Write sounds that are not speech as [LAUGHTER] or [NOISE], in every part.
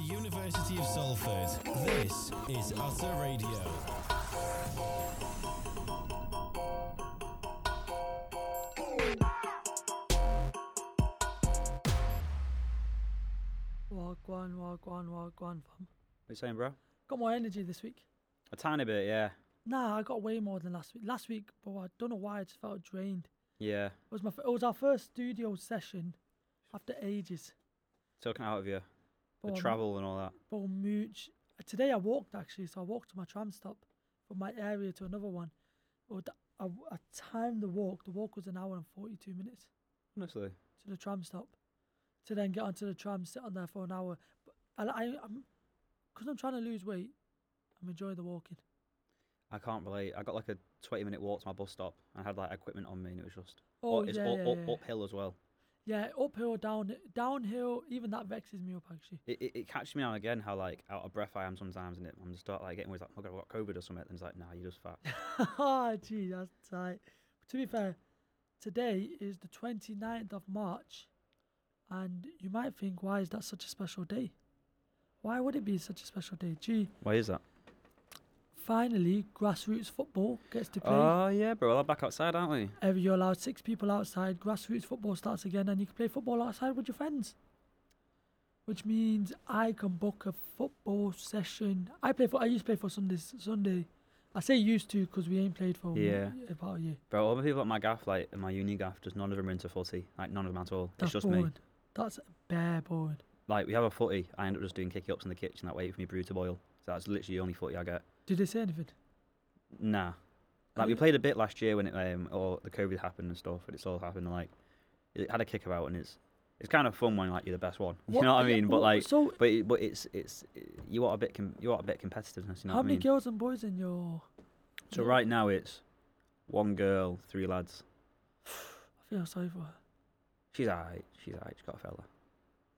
University of Salford. This is Utter Radio. Walk one, walk one, walk one, fam. What you saying, bro? Got more energy this week. A tiny bit, yeah. Nah, I got way more than last week. Last week, bro, I don't know why I just felt drained. Yeah. It was my, f- it was our first studio session after ages. Took it out of you. The Bro, travel and all that. Bro, mooch. Today I walked actually, so I walked to my tram stop from my area to another one. Bro, th- I, I timed the walk. The walk was an hour and forty-two minutes. Honestly. to the tram stop, to then get onto the tram, sit on there for an hour. But I, I, I'm, because I'm trying to lose weight, I'm enjoying the walking. I can't relate. I got like a 20 minute walk to my bus stop and I had like equipment on me and it was just. Oh, it's yeah, all, yeah, all- yeah. uphill as well. Yeah, uphill, down, downhill. Even that vexes me up actually. [LAUGHS] It, it, it catches me now and again how like out of breath I am sometimes and it, I'm just start like getting always like, oh god, I've got COVID or something. And it's like, nah, you're [LAUGHS] just fat. Ah, gee, that's tight. to be fair, today is the 29th of March, and you might think, why is that such a special day? Why would it be such a special day? Gee, Why is that? finally, grassroots football gets to play. Oh, yeah, bro. We're back outside, aren't we? Every you're allowed six people outside, grassroots football starts again, and you can play football outside with your friends. Which means I can book a football session. I play for. I used to play for Sundays. Sunday, I say used to because we ain't played for Yeah. about a year. Bro, all the people at my gaff, like in my uni gaff, just none of them are into footy. Like, none of them at all. That's it's just boring. me. That's bare boring. Like, we have a footy. I end up just doing kicky ups in the kitchen that way for me brew to boil. So that's literally the only footy I get. Did they say anything? Nah. Like Um, we played a bit last year when it um or the COVID happened and stuff, and it's all happened. Like it had a kick about, and it's it's kind of fun when like you're the best one. [LAUGHS] You What- know what I yeah, mean? well, But like, so but it, but it's it's you want a bit com- you want a bit of competitiveness. You know how what I many mean? girls and boys in your? so right now it's one girl, three lads. I feel sorry for her. She's alright. She's alright. She's got a fella. [LAUGHS]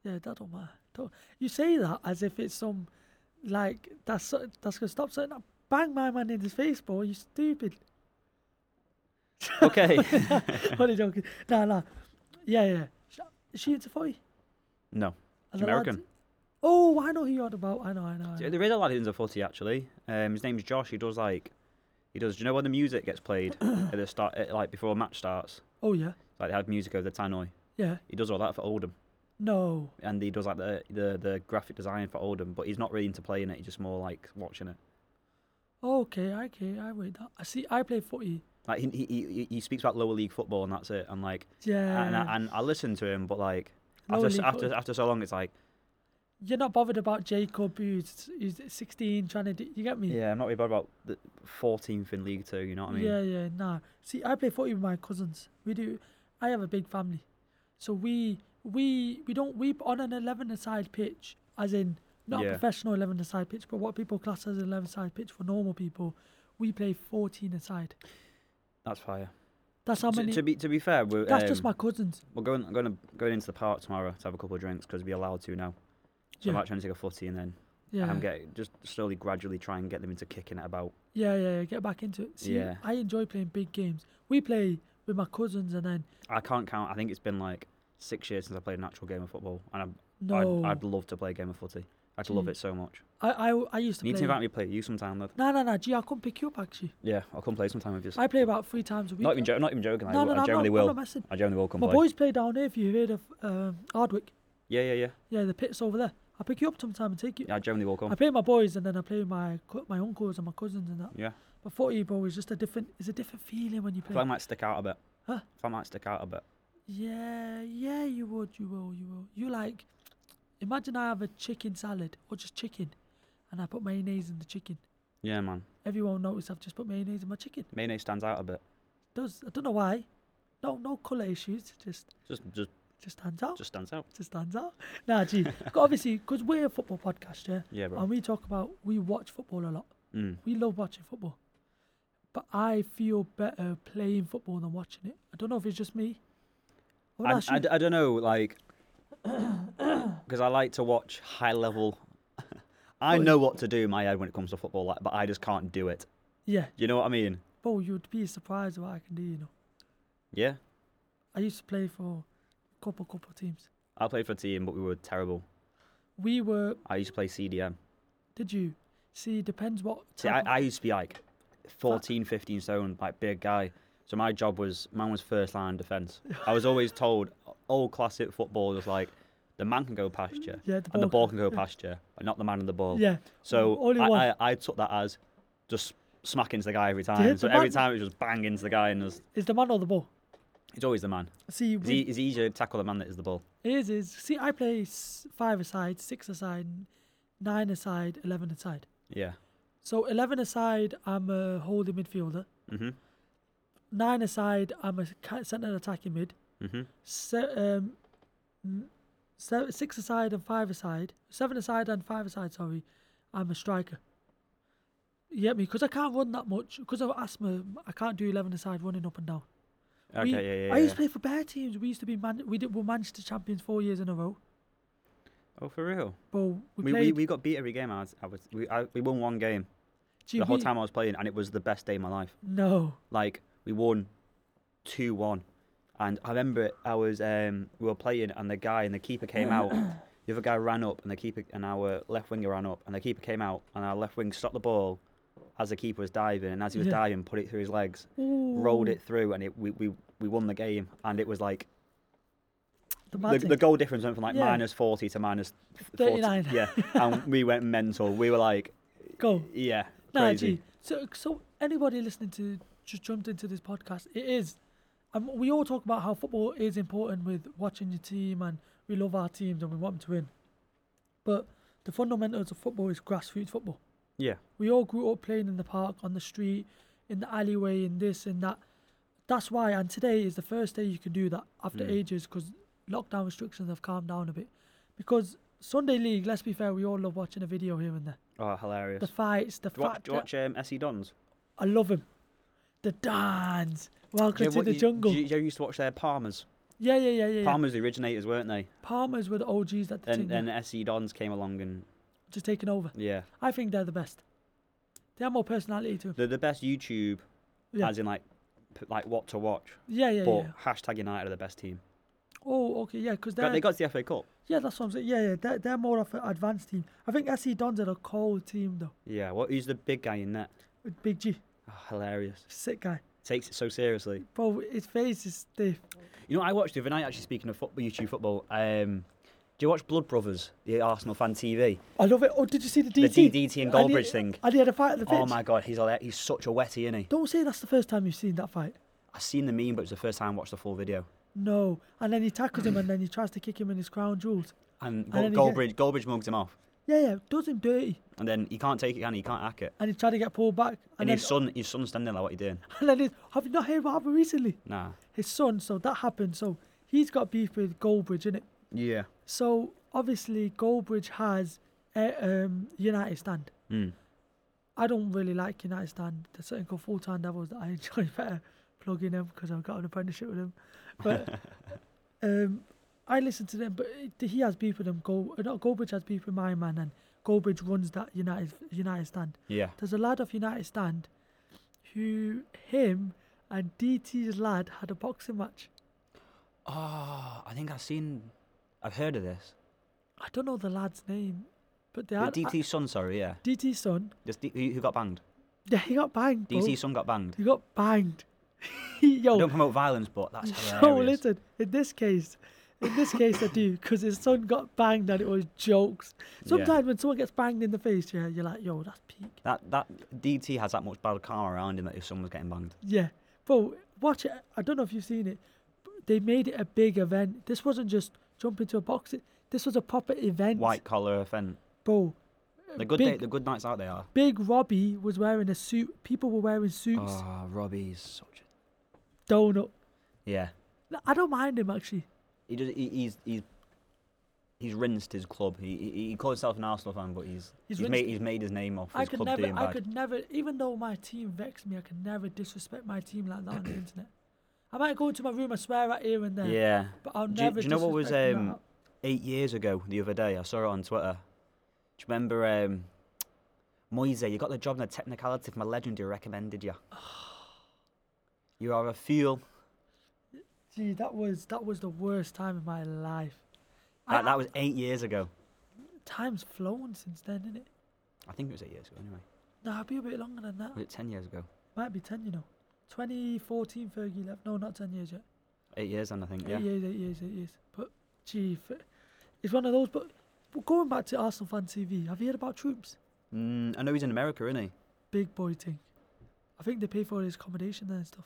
Yeah, that don't matter. Don't- you say that as if it's some, like that's so- that's gonna stop something. Bang my man in his face, boy! You [LAUGHS] stupid. [LAUGHS] Okay. Only joking. Nah, nah. Yeah, yeah. Sh- Is she into footy? [LAUGHS] no, Are she's the lads- American. Oh, I know who you're on about. I know, I know. I know. There is a lad who's a footy actually. Um, his name's Josh. He does like he does. Do you know when the music [COUGHS] gets played at the start, at, like before a match starts? Oh yeah, Like they have music over the tannoy. yeah. He does all that for Oldham. No, and he does like the, the the graphic design for Oldham, but he's not really into playing it. He's just more like watching it. okay, okay. I wait. That. I see. I play footy. Like he he, he he speaks about lower league football and that's it. And like Yeah. and, Uh, I, and I listen to him, but like Lower after s- league after football. after so long, it's like You're not bothered about Jacob, who's who's 16, trying to. Do, you get me? yeah, I'm not really bothered about the 14th in League Two. You know what I mean? Yeah, yeah, nah. See, I play footy with my cousins. We do. I have a big family, so we we we don't weep on an eleven-a-side pitch, as in not a Yeah. professional eleven-a-side pitch, but what people class as an eleven-a-side pitch for normal people. We play fourteen-a-side. That's fire. That's how To- many. to, be to be fair, we're, that's just my um, cousins. we're going going to, going into the park tomorrow to have a couple of drinks because we're allowed to now. So Yeah. I'm trying to take a footy and then Yeah, I'm getting just slowly, gradually try and get them into kicking it about. yeah, yeah, yeah. Get back into it. See, Yeah. I enjoy playing big games. We play with my cousins, and then I can't count. I think it's been like six years since I played an actual game of football, and I'm no, I'd, I'd love to play a game of footy. I'd love Gee. it so much. I, I, I used to You need play. to invite me to play you sometime, lad. No, no, no. Gee, I'll come pick you up actually. Yeah, I'll come play sometime with you. I play about three times a week. Not even, jo- not even joking. I, No, no, no, I I'm not, generally I'm will. not messing. I generally will come My play. boys play down here. If you heard of um, Hardwick, Yeah, yeah, yeah, yeah, the pit's over there. I'll pick you up sometime and take you. yeah. I generally will I come. play with my boys and then I play with my co- my uncles and my cousins and that. Yeah. But footy, bro, is just a different. It's a different feeling when you If I play. might stick out a bit. Huh? If I might stick out a bit. Yeah, yeah, you would, you will, you will. You like, imagine I have a chicken salad or just chicken, and I put mayonnaise in the chicken. Yeah, man. Everyone notice I've just put mayonnaise in my chicken. Mayonnaise stands out a bit. Does I don't know why. No, no color issues. Just, Just, just, just stands out. just stands out. just stands out. Nah, gee, [LAUGHS] 'cause obviously, because we're a football podcast, yeah, Yeah, bro. and we talk about we watch football a lot. Mm. We love watching football, but I feel better playing football than watching it. I don't know if it's just me. I wanna I, ask I, you- d- I don't know, like, because I like to watch high level. [LAUGHS] I know what to do in my head when it comes to football, like, but I just can't do it. yeah, You know what I mean? bro, you'd be surprised what I can do. You know, Yeah. I used to play for a couple couple teams. I played for a team, but we were terrible. we were. I used to play CDM. Did you see? Depends what. See, I, type of- I used to be like 14, 15 stone, like big guy. So my job was, mine was first line defence. I was [LAUGHS] always told, old classic football was like, the man can go past you, Yeah, the and the ball ball can go past you, but not the man and the ball. yeah. So Only I, one. I, I took that as just smack into the guy every time. hit so the every button. time it was just bang into the guy, and it was, Is the man or the ball? it's always the man. See, It's, we- e- it's easier to tackle the man that is the ball. It is, is. See, I play s- five aside, six aside, nine aside, eleven aside. Yeah. So eleven aside, I'm a holding midfielder. Mm-hmm. Nine aside, I'm a ca- centre attacking mid. Mm-hmm. Se- um, n- se- six aside and five aside, seven aside and five aside. Sorry, I'm a striker. You get me? Because I can't run that much. Because of asthma, I can't do eleven aside running up and down. Okay, we, yeah, yeah, I yeah. used to play for bear teams. We used to be man. We did. We Manchester champions four years in a row. Oh, for real? But we, We, played. we, we got beat every game. I was, I was, we, I, we won one game. Gee, the whole we- time I was playing, and it was the best day of my life. No. Like we won two one, and I remember I was um, we were playing, and the guy and the keeper came [CLEARS THROAT] out. The other guy ran up, and the keeper and our left winger ran up, and the keeper came out, and our left wing stopped the ball as the keeper was diving, and as he was Yeah. diving, put it through his legs, rolled Ooh, it through, and it, we, we we won the game, and it was like The, the, magic. the goal difference went from like Yeah. minus forty to minus 40, 39. yeah, and we went mental. We were like, Go. [LAUGHS] yeah, Nah, crazy. gee. So, so anybody listening to just jumped into this podcast, it is. Um, we all talk about how football is important with watching your team, and we love our teams and we want them to win. But the fundamentals of football is grassroots football. Yeah, We all grew up playing in the park, on the street, in the alleyway, in this and that. That's why, and today is the first day you can do that after Hmm. ages because lockdown restrictions have calmed down a bit. Because Sunday League, let's be fair, we all love watching a video here and there. oh, hilarious. The fights, the Do you watch, fact do you watch um, SE Dons? I love him. The dance. Welcome Yeah, to what the you- jungle. You, you used to watch their Palmers. yeah, yeah, yeah, yeah. yeah. Palmers, the originators, weren't they? Palmers were the OGs that the And team then SE Dons came along and just taking over. yeah, I think they're the best. They have more personality to them. they're the best YouTube, Yeah. as in like, p- like what to watch. Yeah, yeah, but yeah. hashtag United are the best team. Oh, okay, yeah, because But they're they got to the FA Cup. Yeah, that's what I'm saying. Yeah, yeah, they're, they're more of an advanced team. I think SC Dons are a cold team though. Yeah. What? Who's the big guy in that? With Big G, Oh, hilarious. sick guy. Takes it so seriously. Bro, his face is stiff. You know, what I watched the other night. Actually, speaking of football, YouTube football. Um, do you watch Blood Brothers, the Arsenal fan TV? I love it. Oh, did you see the The DT? DDT and And he- Goldbridge thing. And he had a fight at the pitch. Oh my god, he's a, he's such a wetty, isn't he? Don't say that's the first time you've seen that fight. I've seen the meme, but it's the first time I watched the full video. No. And then he tackles him and then he tries to kick him in his crown jewels. And, then he Gold Goldbridge, Goldbridge mugged him off, Yeah, yeah, does him dirty. and then he can't take it, and he He can't hack it. And he tried to get pulled back. And, And, then, his son, his son's standing there like, "What you doing?" [LAUGHS] and then his, have you not heard what happened recently? Nah. His son, so that happened. So he's got beef with Goldbridge, innit? Yeah. So obviously Goldbridge has uh, um, United stand. Mm. I don't really like United stand. There's certain called full time devils that I [LAUGHS] enjoy better plugging them because I've got an apprenticeship with them. But um, I listen to them, but it- he has beef with them. Gold, uh, not Goldbridge has beef with my man, and Goldbridge runs that United United stand. Yeah. There's a lad of United stand who him and DT's lad had a boxing match. Oh, I think I've seen, I've heard of this. I don't know the lad's name, but they The had DT's son, sorry, yeah. DT's son Just D, who, who got banged? Yeah, he got banged. Bro. DT's son got banged. He got banged. [LAUGHS] Yo, [LAUGHS] I don't promote violence, but that's so hilarious. listen. In this case, in this case, I do because his son got banged and it was jokes. Sometimes when someone gets banged in the face, yeah, you're like, yo, that's peak. That that DT has that much bad karma around him that if someone's getting banged. Yeah, bro, watch it. I don't know if you've seen it. They made it a big event. This wasn't just jump into a box. It- This was a proper event, White collar offence. bro. The good big- day, the good nights out they are. Big Robbie was wearing a suit. People were wearing suits. Oh, Robbie's such a Donut. yeah. I don't mind him actually. He just he, he's he's he's rinsed his club. He he, he calls himself an Arsenal fan, but he's He's he's, rinsed- made he's made his name off his I could club never, doing I bad. could never, even though my team vexed me, I could never disrespect my team like that [COUGHS] on the internet. I might go into my room and swear at here and there, Yeah. but I'll Do you, never. do you know what was disrespect them um, like eight years ago the other day? I saw it on Twitter. Do you remember um, Moise? You got the job in the technicality from a legend who recommended [SIGHS] you. you are a fuel. that. Gee, that was that was the worst time in my life. I- That, that was eight years ago. Time's flown since then, isn't it? I think it was eight years ago anyway. No, it'll be a bit longer than that. Was it 10 years ago? Might be 10, you know. 2014 Fergie left. No, not 10 years yet. Eight years, then I think, yeah. Eight years, eight years, eight years. But, gee, f- it's one of those. But, but going back to Arsenal Fan TV, have you heard about Troops? Mm, I know he's in America, isn't he? Big boy thing. I think they pay for his accommodation there and stuff.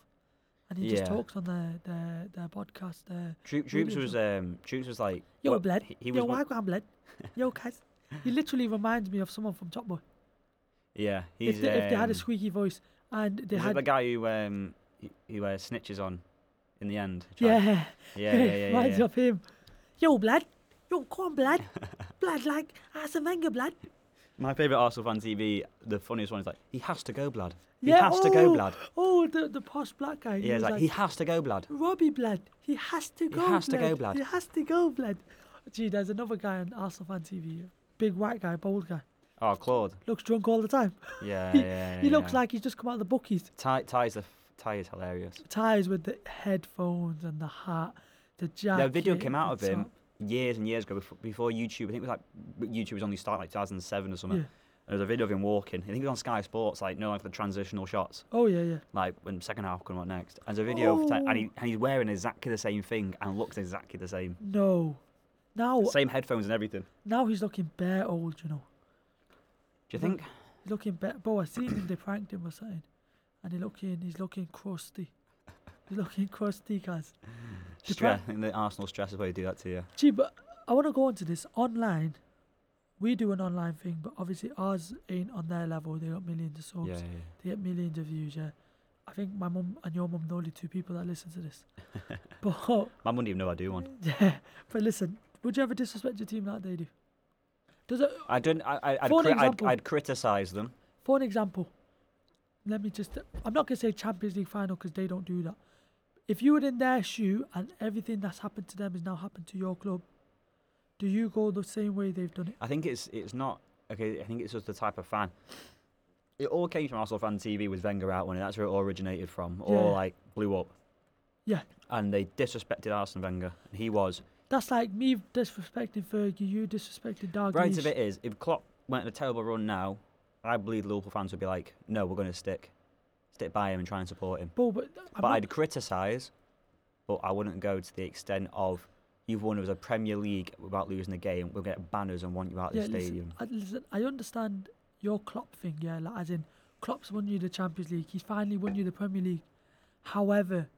And he just Yeah. talks on their, their, their podcast. Their, Troop, Maybe Troops it's was um, Troops was like Yo, well, Bled. He, he was Yo, one- Wagwan, Bled. [LAUGHS] Yo, guys. He literally reminds me of someone from Top Boy. yeah. He's if, they, if they had a um, squeaky voice and they is it had. the guy who um who, who uh, snitches on in the end. [LAUGHS] Charlie? yeah. yeah, yeah, yeah, yeah. Reminds yeah. of him. Yo, blood. Yo, come on, [LAUGHS] blood. blood like Arsene Wenger, blood. My favorite Arsenal fan TV. The funniest one is like he has to go, blood. He Yeah, has to go, oh, blood. Oh, the, the posh black guy. was Yeah, it's like, like, he has to go, blood. Robbie, blood. He has to go. has to go, blood." He has to go, blood. Gee, there's another guy on Arsenal fan TV. Big white guy, bald guy. Oh, Claude. Looks drunk all the time. [LAUGHS] Yeah, He- yeah, yeah. he looks yeah. like he's just come out of the bookies. Ty. Ty's the f- Ty is hilarious. Ties with the headphones and the hat, the jacket. The video came out of the him top. years and years ago before, before YouTube. I think it was like YouTube was only started like 2007 or something. Yeah. There was a video of him walking. I think it was on Sky Sports, like no, like the transitional shots, Oh, yeah, yeah. like when second half coming up next. And there's a video, of Ty- Oh. and, he, and he's wearing exactly the same thing and looks exactly the same, No. Now, same headphones and everything. now he's looking bare old, you know. Do you think? He's looking better. Bro, I seen him. They pranked him or something, and he looking. He's looking crusty. He's looking crusty, guys. They Stress, prank- I think the Arsenal stress is why they do that to you. Gee, but I want to go on to this online. We do an online thing, but obviously ours ain't on their level. They got millions of subs. Yeah, yeah, They get millions of views. Yeah, I think my mum and your mum are the only two people that listen to this. but My mum didn't even know I do one. yeah, but listen, would you ever disrespect your team like they do? Does it? I don't. I, I, I'd, For an cri- I'd, example. I'd criticise them. For an example, let me just. I'm not going to say Champions League final because they don't do that. If you were in their shoe and everything that's happened to them has now happened to your club, do you go the same way they've done it? I think it's it's not okay. I think it's just the type of fan. It all came from Arsenal fan TV with Wenger out when that's where it all originated from, or Yeah. like blew up. Yeah. And they disrespected Arsene Wenger. And he was That's like me disrespecting Fergie, you disrespecting Dark right of it is if Klopp went on a terrible run now, I believe Liverpool fans would be like, no, we're going to stick, stick by him and try and support him. Bro, but, I'm but not- I'd criticise, but I wouldn't go to the extent of you've won as a Premier League without losing a game. We'll get banners and want you out of yeah, the stadium. Listen, I, listen, I understand your Klopp thing, yeah, like, as in Klopp's won you the Champions League, he's finally won you the Premier League. However,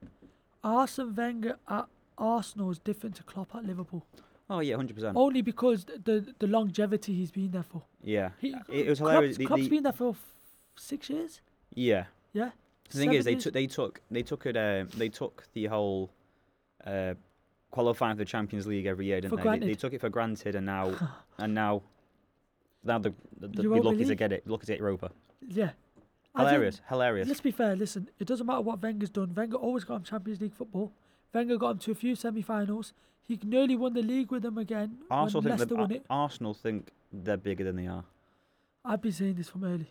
Arsene Wenger at Arsenal is different to Klopp at Liverpool. oh yeah, hundred percent. Only because th- the the longevity he's been there for. Yeah. He, It Klopp's, was hilarious. The- Klopp's the- been there for f- six years. Yeah. Yeah. The thing is, Seven they years. took they took they took it. Um, they took the whole uh, qualifying for the Champions League every year, didn't For they? they? They granted. took it for granted, and [SIGHS] now and now now the, the, the Europa lucky to League? get it. Lucky to get Europa. Yeah. As in, Hilarious, hilarious. Let's be fair. Listen, it doesn't matter what Wenger's done. Wenger always got him Champions League football. Wenger got him to a few semi-finals. He nearly won the league with them again Arsenal when think, Leicester that- won it. Arsenal think they're bigger than they are. I've been saying this from early.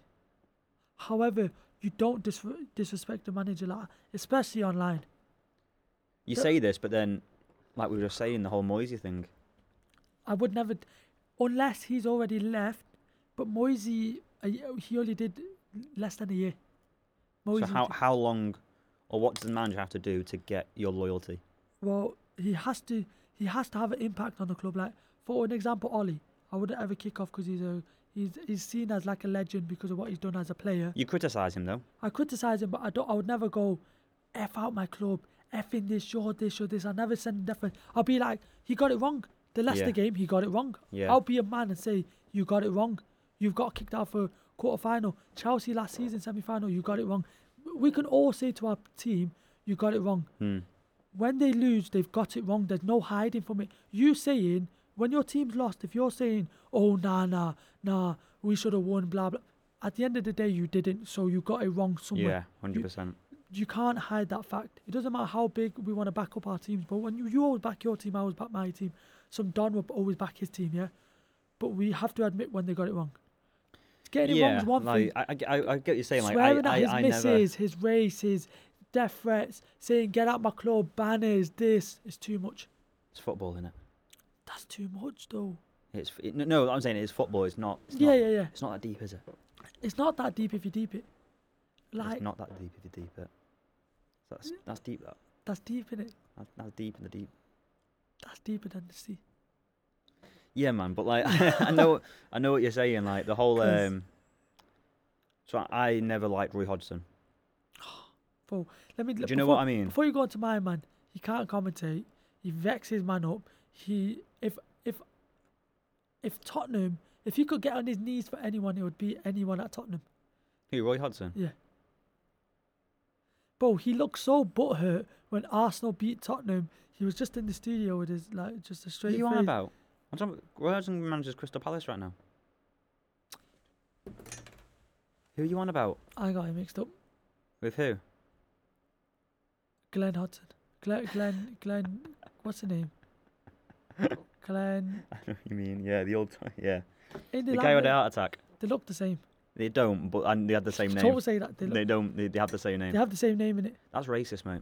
However, you don't dis- disrespect the manager, like, especially online. You Yeah. say this, but then, like we were just saying, the whole Moisey thing. I would never, unless he's already left. But Moisey, uh, he only did less than a year. so Moisey, how how long, or what does the manager have to do to get your loyalty? well, he has to, he has to have an impact on the club. Like for an example, Ollie, I wouldn't ever kick off because he's a, he's he's seen as like a legend because of what he's done as a player. You criticise him though. I criticise him, but I don't. I would never go, f out my club, f in this, you're this, you're this. I never send different. I'll be like, he got it wrong. The Leicester Yeah. game, he got it wrong. Yeah. I'll be a man and say, you got it wrong. You've got kicked out for quarter final. Chelsea last season semi final, you got it wrong. We can all say to our team, you got it wrong. Hmm. When they lose, they've got it wrong. There's no hiding from it. You saying when your team's lost, if you're saying, "Oh nah nah nah, we should have won," blah blah. At the end of the day, you didn't, so you got it wrong somewhere Yeah, hundred percent. you can't hide that fact. It doesn't matter how big we want to back up our teams, but when you, you always back your team, I always back my team. Some Don will always back his team, yeah. But we have to admit when they got it wrong. Getting it wrong is one like, thing. I, I, I I get what you're saying. Like, I, Swearing I, at his I misses, never, his race, his death threats, saying "get out my club," banners, this is too much. It's football, innit? That's too much, though. It's it, no, no. I'm saying it is football. It's not. It's yeah, not, yeah, yeah. It's not that deep, is it? It's not that deep if you deep it. it's Like Hmm? not that deep if you deep it. So that's that's deep. That that's deep in it. That- that's deep in the deep. That's deeper than the sea. Yeah, man. But like, [LAUGHS] I know, I know what you're saying. Like the whole. 'Cause- um So I, I never liked Rui Hodgson. Let me. Do you know what I mean? Before you go on to my man, he can't commentate. He vexes man up. He if if if Tottenham, if he could get on his knees for anyone, it would be anyone at Tottenham. Who Roy Hodgson? Bro, he looked so butthurt when Arsenal beat Tottenham. He was just in the studio with his like just a What straight are you face. on about? I'm talking. about- Roy Hodgson manages Crystal Palace right now. Who are you on about? I got him mixed up. With who? Glenn Hudson. Glenn Glenn Glenn. What's the name? Glenn. I know what [LAUGHS] you mean. Yeah, the old. [LAUGHS] Yeah, Ain't they the like guy with they, the heart attack. they look the same. They don't, but and they had the same name. Don't say that. They, look, They don't. They, they have the same name. they have the same name in it. That's racist, mate.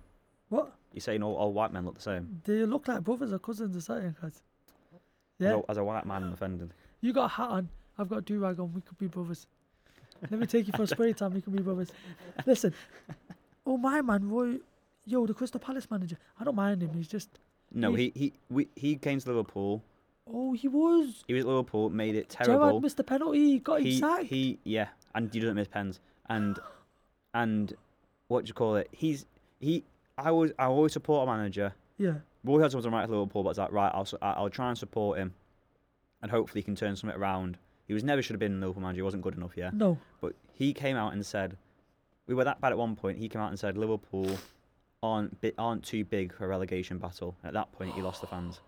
What? You're saying all, all white men look the same. They look like brothers or cousins or something, guys. As, Yeah. a, as a white man, I'm offended. You got a hat on. I've got a do rag on. We could be brothers. Let me take you for a spray tan. We can be brothers. Listen. Oh my man, Roy. Yo, the Crystal Palace manager. I don't mind him. He's just. No, He- he he we, he came to Liverpool. Oh, he was. He was at Liverpool, made it Gerard terrible. missed the penalty. He got him he sacked. he yeah, and he doesn't miss pens. And and what do you call it? He's he. I was I always support a manager. yeah. Roy Hodgson wasn't right at Liverpool, but it's like right, I'll su- I- I'll try and support him, and hopefully he can turn something around. He was never should have been in Liverpool manager. He wasn't good enough. Yeah. No. But he came out and said, "We were that bad at one point." He came out and said, "Liverpool aren't bi- aren't too big for a relegation battle." And at that point, he lost the fans.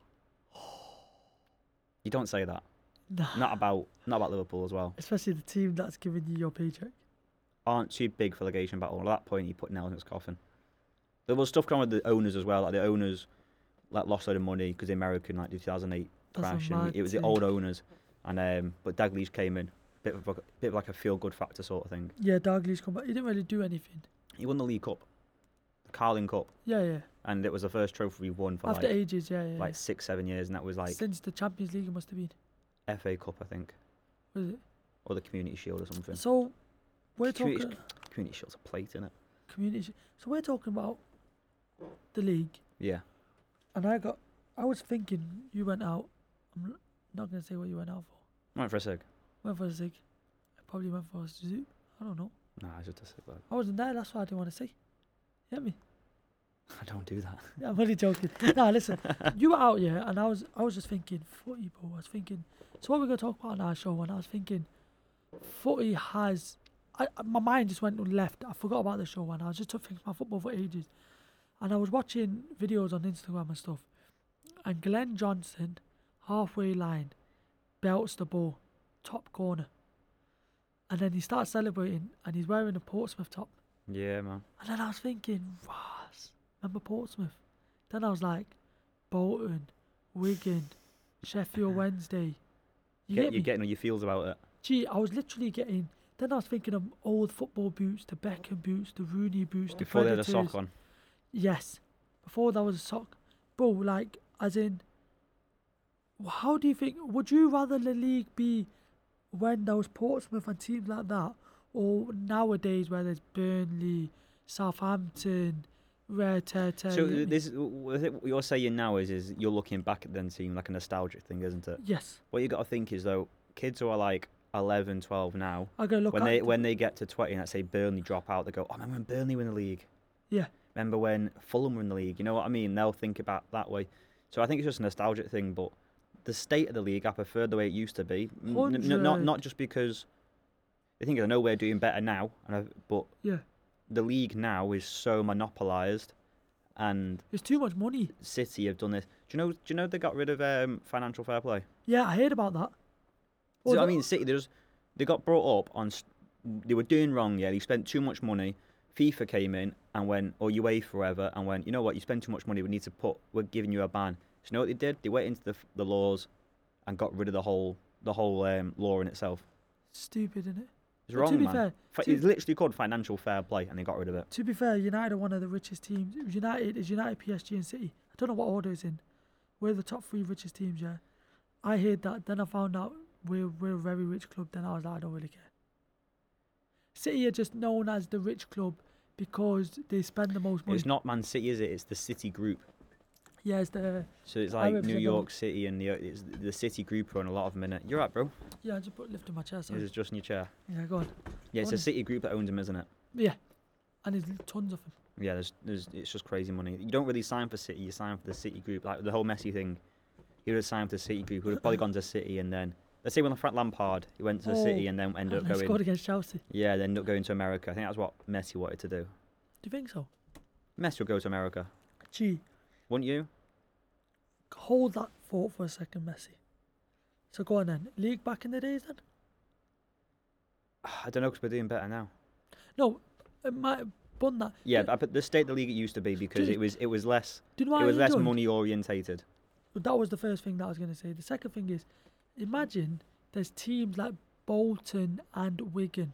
You don't say that. Nah. Not about not about Liverpool as well. Especially the team that's giving you your paycheck. Aren't too big for relegation battle. And at that point, he put nails in his coffin. There was stuff going on with the owners as well. Like the owners, like lost a load of money because the American like 2008 That's a crash, and mad it was the thing. old owners. And um, but Dalglish came in, bit of a, bit of like a feel good factor sort of thing. Yeah, Dalglish come back. He didn't really do anything. He won the League Cup, the Carling Cup. Yeah, yeah. and it was the first trophy we won for After like, ages, yeah, yeah. like six, seven years, and that was like Since the Champions League, it must have been. FA Cup, I think, Was it? or the Community Shield or something. So we're Community- talking Community Shield's a plate, isn't it? community. sh- So we're talking about the league, Yeah, and I got. I was thinking you went out. I'm n- not gonna say what you went out for. went for a cig. Went for a zig. I probably went for a zoo. I don't know. No, I just a cig. Like, I wasn't there. That's what I didn't want to say. You get me? [LAUGHS] I don't do that. [LAUGHS] Yeah, I'm only joking. nah, listen. You were out, yeah, and I was. I was just thinking footy, bro. I was thinking. So what we're gonna talk about on our show? And I was thinking, footy has. I, I- my mind just went left. I forgot about the show, and I was just took things my football for ages. and I was watching videos on Instagram and stuff, and Glenn Johnson, halfway line, belts the ball, top corner, and then he starts celebrating, and he's wearing a Portsmouth top. Yeah, man. And then I was thinking, Ross, remember Portsmouth? Then I was like, Bolton, Wigan, Sheffield Wednesday. You Uh-huh. Get, get me? you're getting on your feels about it. Gee, I was literally getting. Then I was thinking of old football boots, the Beckham boots, the Rooney boots, the Before they had a Predators. sock on. Yes. Before that was a sock. Bro, like, as in, how do you think, would you rather the league be when there was Portsmouth and teams like that, or nowadays where there's Burnley, Southampton, Rare Tear Tear? so uh, you get me? this, what it- what you're saying now is, is you're looking back at them team like a nostalgic thing, isn't it? Yes. What you got to think is though, kids who are like 11, 12 now, I go look when at they them. when they get to 20 and let's say Burnley drop out, they go, oh, remember when Burnley win the league? Yeah. Remember when Fulham were in the league? You know what I mean? They'll think about that way. So I think it's just a nostalgic thing, but the state of the league, I prefer the way it used to be. N- n- n- not Hundred. not just because the thing is, I know we're doing better now, and I, but Yeah. the league now is so monopolised, and It's too much money. City have done this. Do you know? Do you know they got rid of um, financial fair play? Yeah, I heard about that. So, I that- mean, City, they, just, they got brought up on. s- They were doing wrong, yeah. They spent too much money. FIFA came in and went, or UEFA forever, and went, you know what, you spend too much money, we need to put, we're giving you a ban. So, you know what they did? They went into the, f- the laws and got rid of the whole the whole um, law in itself. Stupid, isn't it? It's But wrong, to be man. fair, Fa- to- it's literally called financial fair play, and they got rid of it. To be fair, United are one of the richest teams. United is United, PSG, and City. I don't know what order it's in. We're the top three richest teams, yeah. I heard that. Then I found out we're we're a very rich club. Then I was like, I don't really care. City are just known as the rich club because they spend the most money. It's not Man City, is it? It's the City Group. yeah, it's the So it's I like New represent the- York City and the it's the City Group run a lot of them in it. You're right, bro. yeah. I just put lift in my chest. This is just in your chair. Yeah, go on. Yeah, it's a Fun. City Group that owns them, isn't it? Yeah, and there's tons of them. Yeah, there's, there's it's just crazy money. You don't really sign for City, you sign for the City Group. Like the whole Messi thing, he would have signed for the City Group, would [CLEARS THROAT] have probably gone to City, and then let's say when Frank Lampard, he went to Oh, City and then ended And up they scored going. against Chelsea. Yeah, then ended up going to America. I think that's what Messi wanted to do. Do you think so? Messi will go to America, Gee, wouldn't you? [SIGHS] hold that thought for a second, Messi. So go on then. League back in the days then? I don't know because we're doing better now. No, it might have done that. Yeah, Do- but, but the state of the league it used to be because Dude. it was it was less Do you know what it I was less enjoyed? money orientated. That was the first thing that I was going to say. The second thing is, imagine there's teams like Bolton and Wigan.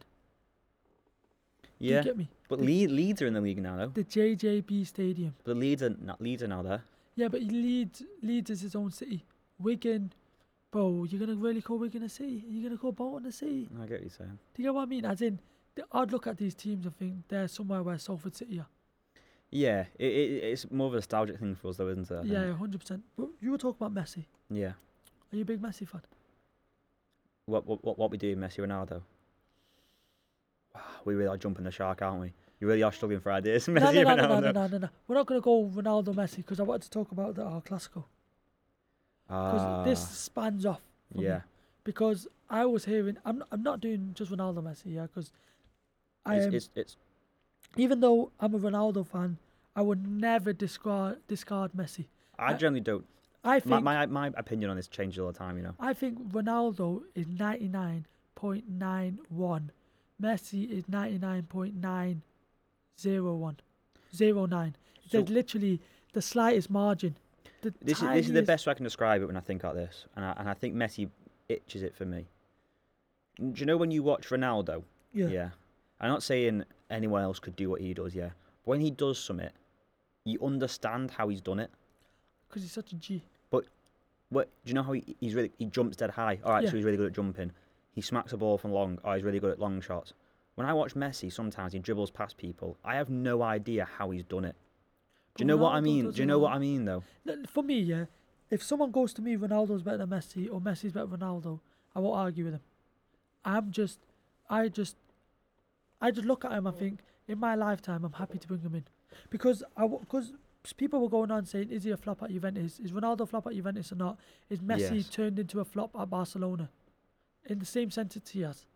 Do Yeah, you get me? but Le- Leeds are in the league now though. The JJB Stadium. But Leeds are not Leeds are now there. Yeah, but Leeds Leeds is his own city. Wigan, bro, you're gonna really call Wigan a city? You're gonna call Bolton a city? I get what you're saying. Do you get what I mean? As in, th- I'd look at these teams and think they're somewhere where Salford City are. Yeah, it, it, it's more of a nostalgic thing for us though, isn't it? I think? Yeah, hundred percent. But you were talking about Messi. Yeah. Are you a big Messi fan? What what what, what we do, Messi Ronaldo? [SIGHS] Wow, we really are jumping the shark, aren't we? You really are struggling for ideas, No, Messi no, no, no, Ronaldo. no, no, no, no. We're not gonna go Ronaldo Messi because I wanted to talk about the El Clasico because this Ah, spans off. for me. yeah, Because I was hearing, I'm I'm not doing just Ronaldo Messi, yeah, because I it's, am. it's it's even though I'm a Ronaldo fan, I would never discard discard Messi. I I- generally don't. I My, think my my opinion on this changes all the time, you know. I think Ronaldo is 99.91. Messi is 99.901. 09. So- There's literally the slightest margin. The This is this is the tiniest- best way I can describe it when I think like this, and I, and I think Messi itches it for me. Do you know when you watch Ronaldo? Yeah. I'm not saying anyone else could do what he does. Yeah, but when he does something, you understand how he's done it. Because he's such a G. What do you know how he, he's really he jumps dead high? All right, Yeah. so he's really good at jumping. He smacks a ball from long. Oh, he's really good at long shots. When I watch Messi, sometimes he dribbles past people. I have no idea how he's done it. Do But you know what I Ronaldo mean? does Do you it know what all. I mean though? Look, For me, yeah, if someone goes to me, Ronaldo's better than Messi, or Messi's better than Ronaldo, I won't argue with him. I'm just, I just, I just look at him. I think in my lifetime, I'm happy to bring him in because I because people were going on saying, is he a flop at Juventus? Is Ronaldo a flop at Juventus or not? Is Messi Yes. turned into a flop at Barcelona? In the same sentence, he has.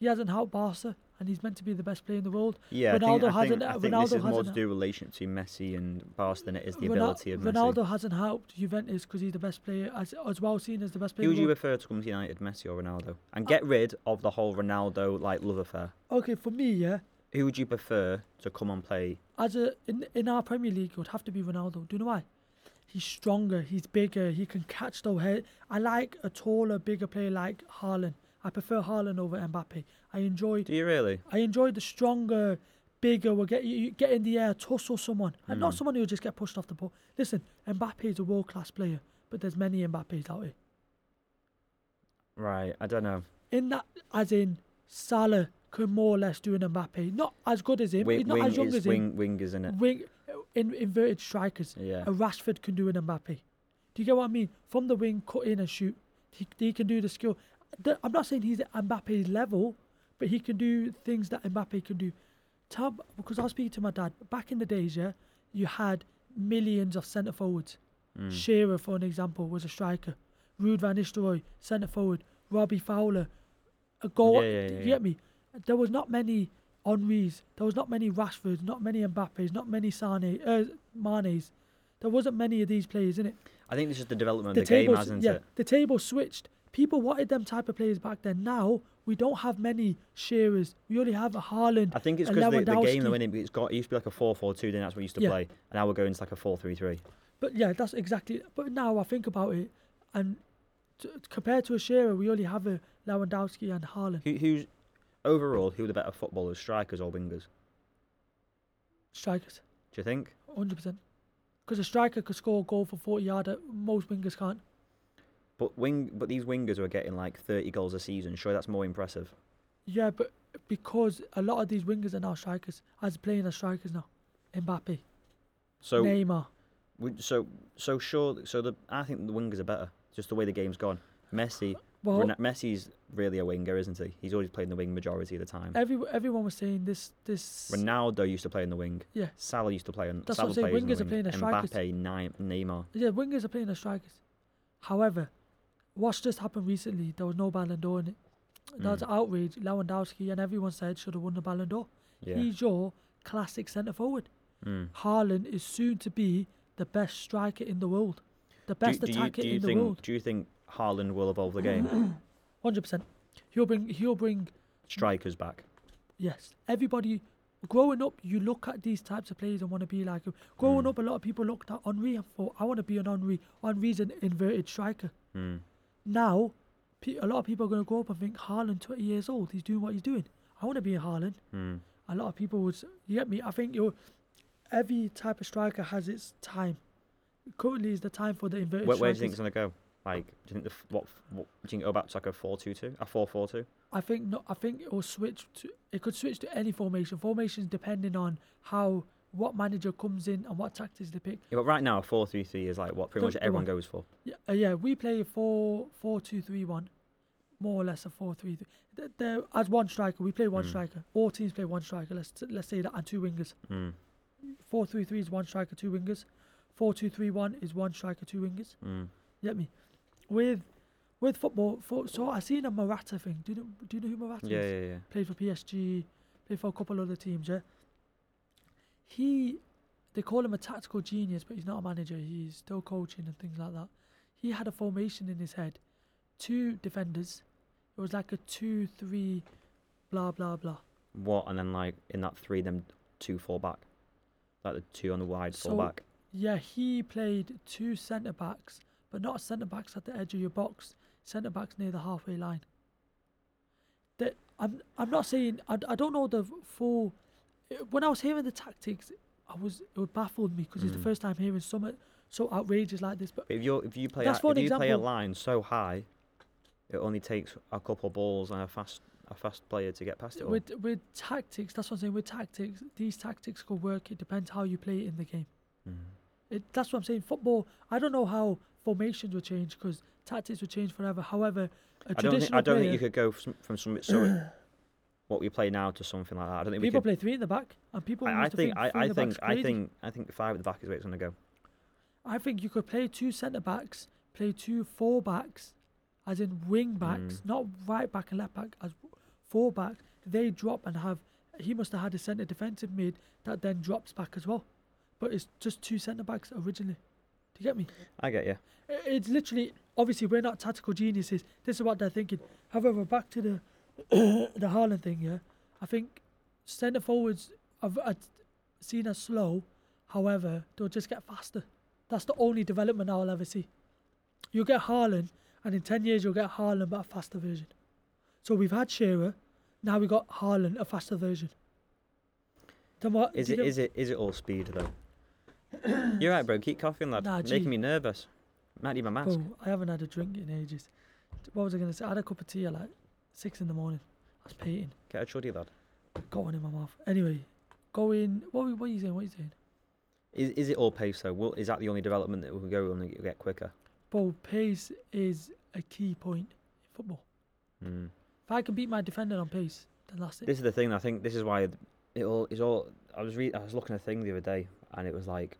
He hasn't helped Barca, and he's meant to be the best player in the world. Yeah, Ronaldo I think, hasn't. uh, I think, I think Ronaldo this is more hasn't. to do with relationship between Messi and Barca than it is the Rona- ability of Messi. Ronaldo hasn't helped Juventus because he's the best player, as, as well seen as the best player. Who in would the you world. prefer to come to United, Messi or Ronaldo? And get rid of the whole Ronaldo like love affair. okay, for me, yeah, Who would you prefer to come and play? as a in in our Premier League, it would have to be Ronaldo. Do you know why? He's stronger, he's bigger, he can catch the head. I like a taller, bigger player like Haaland. I prefer Haaland over Mbappe. I enjoy Do you really? I enjoy the stronger, bigger. Will get you you get in the air, tussle someone, and Hmm. not someone who just get pushed off the ball. Listen, Mbappe is a world class player, but there's many Mbappes out here. Right, I don't know. in that as in Salah could more or less do an Mbappe. Not as good as him, Wing, he's not wing as young is as him. wing, wingers in it. Wing in, inverted strikers. Yeah. A Rashford can do an Mbappe. Do you get what I mean? From the wing, cut in and shoot. He, he can do the skill. The- I'm not saying he's at Mbappe's level, but he can do things that Mbappe can do. Tell, because I was speaking to my dad back in the days, yeah, you had millions of centre forwards. hmm. Shearer, for an example, was a striker. Ruud van Nistelrooy, centre forward. Robbie Fowler, a goal. Yeah, yeah, yeah, you yeah. get me? There was not many Henri's. There was not many Rashfords. Not many Mbappes. Not many Sane, uh, Mane's. There wasn't many of these players in it. I think this is the development The, of the game, table, hasn't uh, yeah, it? the table switched. People wanted them type of players back then. Now we don't have many Shearers. We only have a Haaland. I think it's a because the, the Lewandowski. game, though, innit? It's got it used to be like a four-four-two. Then that's what we used to Yeah. play, and now we're going to like a four-three-three. But yeah, that's exactly. But now I think about it, and t- compared to a Shearer, we only have a Lewandowski and Haaland. Who, who's overall who are the better footballers, strikers or wingers? Strikers, Do you think? hundred percent. Because a striker could score a goal for forty yard, uh, most wingers can't. But wing, but these wingers were getting like 30 goals a season. Sure, that's more impressive. Yeah, but because a lot of these wingers are now strikers, as playing as strikers now. Mbappe, So, Neymar. we, so, so sure. So the I think the wingers are better. Just the way the game's gone. Messi, Well, Rena- Messi's really a winger, isn't he? He's always played in the wing majority of the time. every everyone was saying this this Ronaldo used to play in the wing. Yeah. Salah used to play in. That's Salah what I'm saying, plays in the wingers are wing. playing as strikers. Mbappe, Ni- Neymar. Yeah, wingers are playing as strikers. However, what's just happened recently, there was no Ballon d'Or in it. That was Mm. outrage. Lewandowski and everyone said should have won the Ballon d'Or. Yeah. He's your classic centre forward. Mm. Haaland is soon to be the best striker in the world, the best attacker do you in the think, world. Do you think Haaland will evolve the [CLEARS THROAT] game? Hundred percent. He'll bring. He'll bring. Strikers back. Yes, everybody. Growing up, you look at these types of players and want to be like him. Hmm. Growing up, a lot of people looked at Henri and thought, "I want to be an Henri." Henri's an inverted striker. Mm. now, pe- a lot of people are going to grow up and think Haaland, 20 years old, he's doing what he's doing. I want to be a Haaland. Mm. A lot of people would, s- you get me? I think you every type of striker has its time. Currently is the time for the inverted Where, where do you strikers. think it's gonna go? Like, do you think the f- what, f- what do you think it'll go back to like a four-two-two, a four-four-two? I think no, I think it will switch to it could switch to any formation. Formations depending on how what manager comes in and what tactics they pick. Yeah, but right now, a four-three-three is like what pretty The- much the everyone one- goes for. Yeah, uh, yeah, we play four four two three one, more or less a four three three. Th- There, as one striker, we play one Mm. striker. All teams play one striker. Let's t- let's say that and two wingers. Mm. Four three three is one striker, two wingers. Four two three one is one striker, two wingers. Mm. You get me? With with football, for, so I seen a Morata thing. Do you know, do you know who Morata Yeah, is? yeah, yeah. Played for PSG, played for a couple other teams. Yeah. He, they call him a tactical genius, but he's not a manager. He's still coaching and things like that. He had a formation in his head, two defenders. It was like a two-three, blah blah blah. What? And then like in that three, them two fall back, like the two on the wide So- fall back. Yeah, he played two centre backs, but not centre backs at the edge of your box. Centre backs near the halfway line. That I'm. I'm not saying. I, I. don't know the f- full. eh, When I was hearing the tactics, I was. It would baffled me because it's the Mm. first time hearing something so outrageous like this. But But if you if you play That's a, one if you play a example. line so high, it only takes a couple balls and a fast a fast player to get past it. all. with with tactics, that's what I'm saying. With tactics, these tactics could work. It depends how you play it in the game. Mm. It, that's what I'm saying. Football. I don't know how formations will change because tactics will change forever. However, a I don't think traditional I don't player- think you could go from, from [CLEARS THROAT] something so what we play now to something like that. I don't think we People could. play three in the back, and people. I, I used to think I, three in I the think back's I crazy. think I think five at the back is where it's gonna go. I think you could play two centre backs, play two four backs, as in wing backs, Mm. not right back and left back, as four backs. They drop and have. He must have had a centre defensive mid that then drops back as well, but it's just two centre backs originally. Do you get me? I get you. I- It's literally obviously we're not tactical geniuses. This is what they're thinking. However, back to the [COUGHS] the Haaland thing, yeah. I think centre forwards I've, I've seen as slow. However, they'll just get faster. That's the only development I'll ever see. You'll get Haaland, and in ten years you'll get Haaland but a faster version. So we've had Shearer, now we got Haaland, a faster version. Then what? Is it is it is it all speed [CLEARS THROAT] though? You're right, bro. Keep coughing, lad. Nah, Making gee. me nervous. Might need my mask. Bro, I haven't had a drink in ages. What was I gonna say? I had a cup of tea at like six in the morning. I was painting. Get a chuddy, lad. Got one in my mouth. Anyway, going. What, were- what are you saying? What are you saying? Is is it all pace though? Will, is that the only development that we can go on and get quicker? Bro, pace is a key point in football. Mm. If I can beat my defender on pace, then that's it. This is the thing. I think this is why it all is all. I was re- I was looking at a thing the other day, and it was like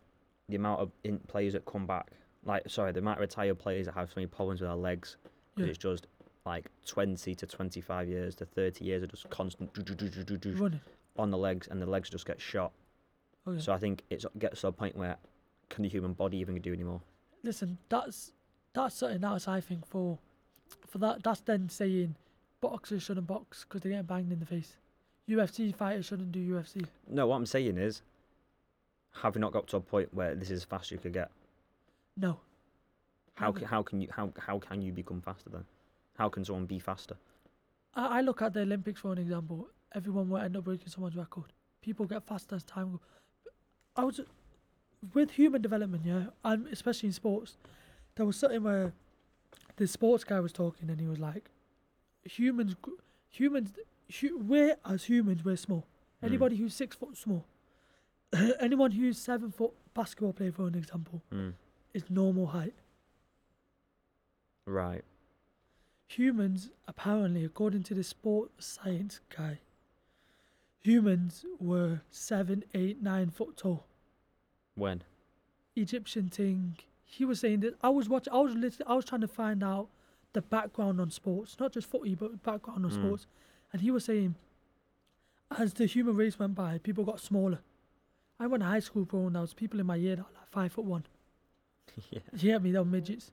the amount of in- players that come back. Like, sorry, the amount of retired players that have so many problems with their legs. 'cause Yeah. It's just like twenty to twenty-five years to thirty years of just constant do- do- do- do- do- do Running. on the legs, and the legs just get shot. Okay. So I think it gets to a point where can the human body even do anymore? Listen, that's that's something else I think for for that. That's then saying boxers shouldn't box because they're getting banged in the face. UFC fighters shouldn't do UFC. No, what I'm saying is, have we not got to a point where this is as fast as you could get? No. How Okay. can, how can you how how can you become faster then? How can someone be faster? I, I look at the Olympics for an example. Everyone will end up breaking someone's record. People get faster as time goes. I was with human development, yeah, and especially in sports, there was something where this sports guy was talking and he was like, humans, gr- humans, hu- we as humans we're small. Mm. Anybody who's six foot small, [CLEARS THROAT] anyone who's seven foot basketball player for an example Mm. is normal height. Right. Humans apparently, according to the sport science guy, humans were seven, eight, nine foot tall. When? [LAUGHS] Egyptian thing. He was saying that I was watching. I was literally. I was trying to find out the background on sports, not just footy, but background on Mm. sports. And he was saying, as the human race went by, people got smaller. I went to high school, bro, and there was people in my year that were like five foot one. Yeah. You hear me? They were midgets.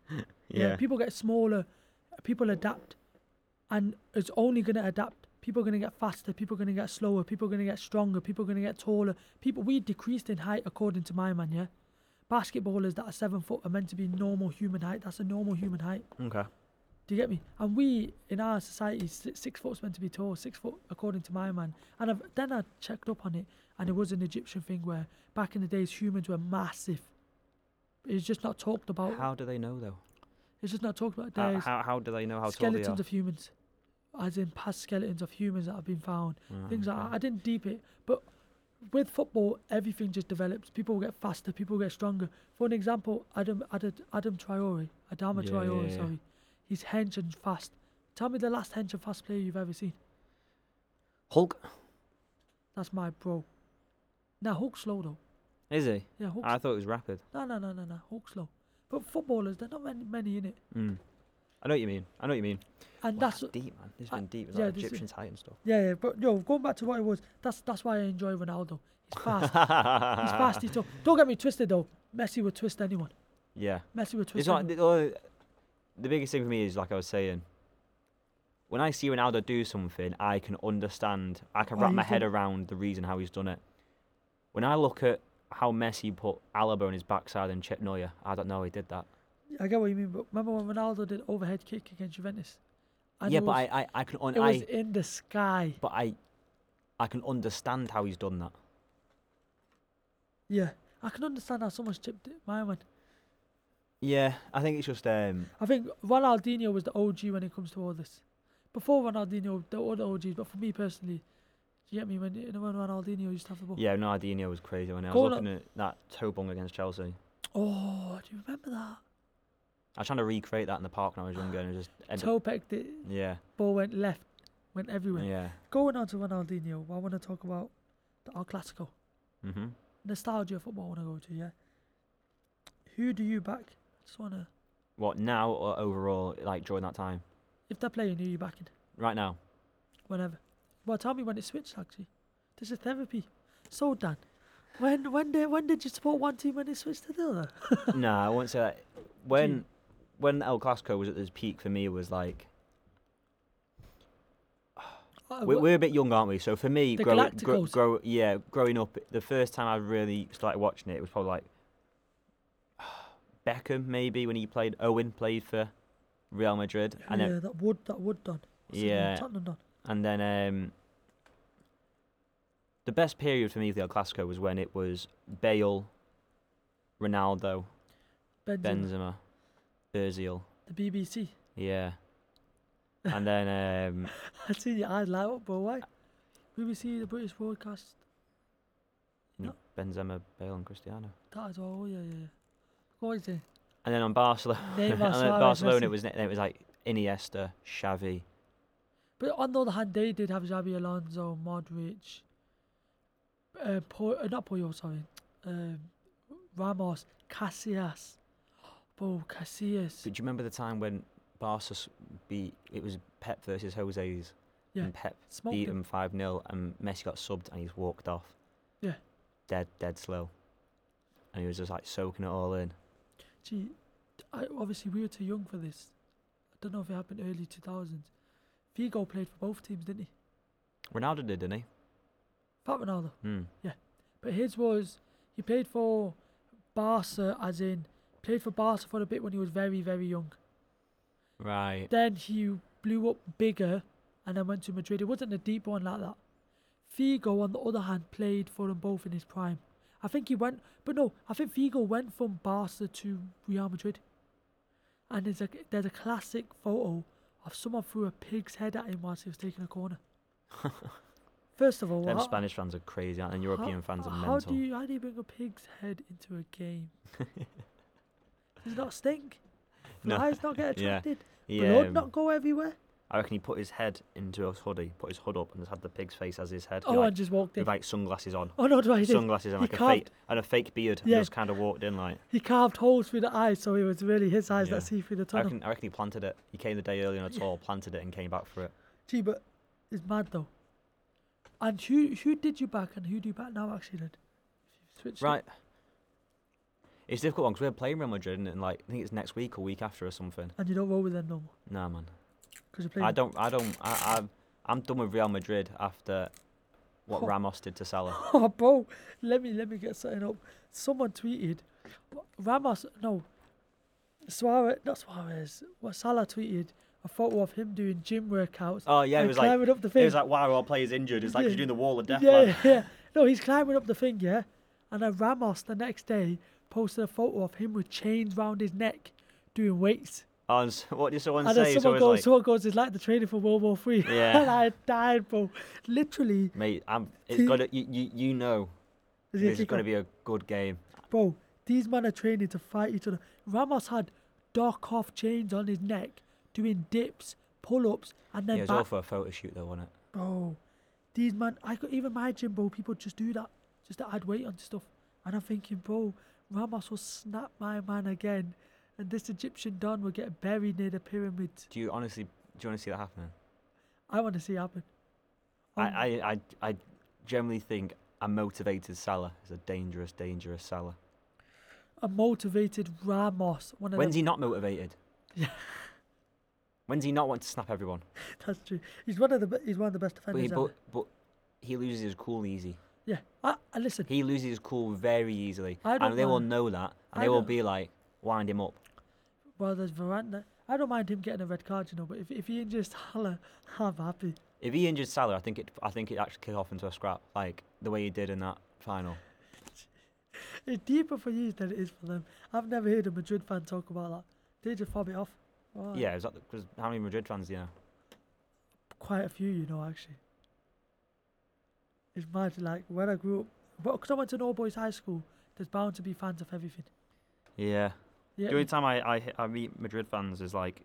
Yeah. People get smaller. People adapt, and it's only gonna adapt. People are gonna get faster. People are gonna get slower. People are gonna get stronger. People are gonna get taller. People we decreased in height according to my man. Yeah, basketballers that are seven foot are meant to be normal human height. That's a normal human height. Okay. Do you get me? And we in our society, six, six foot's meant to be tall. Six foot according to my man. And I've, then I checked up on it, and it was an Egyptian thing where back in the days humans were massive. It's just not talked about. How do they know though? It's just not talked about. How, There's- how, how do they know how tall they skeletons are? of humans, as in past skeletons of humans that have been found. Right, Things like Ah, okay. that. I didn't deep it, but with football, everything just develops. People get faster. People get stronger. For an example, Adam Adam, Adam Traore, Adama Yeah, Traore, yeah, yeah. sorry, he's hench and fast. Tell me the last hench and fast player you've ever seen. Hulk? That's my bro. Now Hulk's slow though. Is he? Yeah, Hulk's I thought it was rapid. no no no no no Hulk's slow. But footballers, there are not many many in it, Mm. I know what you mean. I know what you mean. and Wow, that's deep, man. This has I- been deep. It's yeah, like this is- Egyptian height and stuff. yeah yeah. But yo, going back to what it was, that's that's why I enjoy Ronaldo. He's fast. He's fast. He's tough. Don't get me twisted though. Messi would twist anyone. [LAUGHS] Yeah. Messi would twist. It's not, anyone. the, only- the biggest thing for me is, like I was saying, when I see Ronaldo do something, I can understand, I can Oh, wrap my he's head done- around the reason how he's done it. When I look at how Messi put Alaba on his backside and Chip Neuer, I don't know he did that. I get what you mean, but remember when Ronaldo did overhead kick against Juventus? And yeah, it but was, I, I, I can un- it was I, in the sky. but I, I can understand how he's done that. Yeah, I can understand how someone's chipped it. My man, Yeah, I think it's just um, I think Ronaldinho was the OG when it comes to all this. Before Ronaldinho, there were other OGs, but for me personally, do you get me? When you know, when Ronaldinho used to have the ball. Oh. yeah, Nardinho was crazy when I Goal was looking at that toe bung against Chelsea. Oh, do you remember that? I was trying to recreate that in the park when I was younger, and it just ended, Toe pecked it. yeah, Ball went left. Went everywhere. yeah, Going on to Ronaldinho, I want to talk about the El Clasico. hmm nostalgia football I want to go to, yeah. Who do you back? I just want to. What now or overall, like during that time? If they're playing, who you backing? Right [LAUGHS] now? Whenever. Well, tell me when it switched, actually. This is therapy. So, Dan, when when did, when did you support one team when it switched to the other? no, I won't say that. When when El Clasico was at its peak for me was like Uh, we're, wh- we're a bit young, aren't we? So for me, The grow, grow, Galacticos. grow, yeah, growing up, the first time I really started watching it was probably like [SIGHS] Beckham, maybe when he played. Owen played for Real Madrid, and yeah, then that wood, that wood done. Yeah. Tottenham done. And then um, the best period for me of the El Clasico was when it was Bale, Ronaldo, Benzema, Benzema, Özil. The BBC. [LAUGHS] Yeah. And then um, I've seen your eyes light up, bro. Why? BBC, the British broadcast. No. Benzema, Bale, and Cristiano. That as well. Oh, Yeah, yeah, yeah. What was [LAUGHS] it? And then on Barcelona, Neymar, [LAUGHS] and then Suarez, Barcelona Messi. it was it was like Iniesta, Xavi. But on the other hand, they did have Xabi Alonso, Modric, uh, po- uh, not Poyo, sorry, um, Ramos, Casillas. Bro, Casillas. But do you remember the time when Barca s- beat? It was Pep versus Jose's, Yeah. and Pep Smoked beat him. him five 0 and Messi got subbed and he's walked off. Yeah. Dead, dead slow. And he was just like soaking it all in. Gee, I, obviously, we were too young for this. I don't know if it happened early 2000s. Figo played for both teams, didn't he? Ronaldo did, didn't he? Fat Ronaldo. Hmm. But his was, he played for Barca, as in, played for Barca for a bit when he was very, very young. Right. Then he blew up bigger and then went to Madrid. It wasn't a deep one like that. Figo, on the other hand, played for them both in his prime. I think he went, but no, I think Figo went from Barca to Real Madrid. and there's a there's a classic photo of someone threw a pig's head at him whilst he was taking a [LAUGHS] corner. First of all, Them how- Spanish fans are crazy, aren't they? And European fans are how mental. do you how do you bring a pig's head into a [LAUGHS] game? Does it not stink? No. Flies not get [LAUGHS] Yeah. attracted. He, Blood um, not go everywhere. I reckon he put his head into his hoodie, put his hood up, and just had the pig's face as his head. Oh, He, like, and just walked in. with like sunglasses on, oh no, do I did. sunglasses and He like a carved- fake and a fake beard, Yeah. and just kind of walked in like. He carved holes through the eyes, so it was really his eyes Yeah. that see through the I tunnel. reckon, I reckon he planted it. He came the day early on a tour, planted it, and came back for it. Gee, but it's mad though. And who who did you back and who do you back now? Actually, then If you switched it. Right. It's a difficult one 'cause we're playing Real Madrid, and like I think it's next week or week after or something. And you don't roll with them no more Nah, man. because you're I playing. don't. I don't. I, I'm. I'm done with Real Madrid after what Oh. Ramos did to Salah. [LAUGHS] Oh, bro, let me let me get something up. Someone tweeted Ramos. No, Suarez. Not Suarez. What Salah tweeted a photo of him doing gym workouts. Oh yeah, it and was like climbing up the it thing. was like why are our players injured? It's like 'cause Yeah. you're doing the wall of death. yeah, man. yeah, yeah. No, he's climbing up the thing, yeah. And then Ramos the next day posted a photo of him with chains round his neck doing weights. Oh, and so, what did someone And say? then It's someone always goes, like, someone goes, it's like the training for World War Three. [LAUGHS] Yeah. and I died, bro. Literally, mate, I'm. It's He- got to you, you. You know, is this is it going to be a good game. bro? These men are training to fight each other. Ramos had dark off chains on his neck, doing dips, pull ups, and Yeah, then it was all back. for a photo shoot though, wasn't it? Bro, these man, I could even my gym, bro. People just do that, just to add weight onto stuff. And I'm thinking, bro, Ramos will snap my man again, and this Egyptian don will get buried near the pyramids. Do you honestly? Do you want to see that happening? I want to see it happen. Um, I, I, I, I generally think a motivated Salah is a dangerous, dangerous Salah. a motivated Ramos. One of When's them. he not [LAUGHS] motivated? When's he not want to snap everyone? [LAUGHS] That's true. He's one of the be- he's one of the best But he, defenders. but, ever. but he loses his cool easy. Yeah. I, I listen. He loses his cool very easily, I don't and they will mind. know that, and I they will don't- be like, wind him up. well, there's Veranda. I don't mind him getting a red card, you know. But if if he injures Salah, [LAUGHS] I'm happy. If he injured Salah, I think it, I think it actually kick off into a scrap, like the way he did in that final. It's deeper for you than it is for them. I've never heard a Madrid fan talk about that. They just fob it off. Alright. Yeah, is that because how many Madrid fans do you know? Quite a few, you know, actually. It's mad. Like when I grew up, because I went to an all boys high school, there's bound to be fans of everything. Yeah. Yeah. The only time I, I I meet Madrid fans is like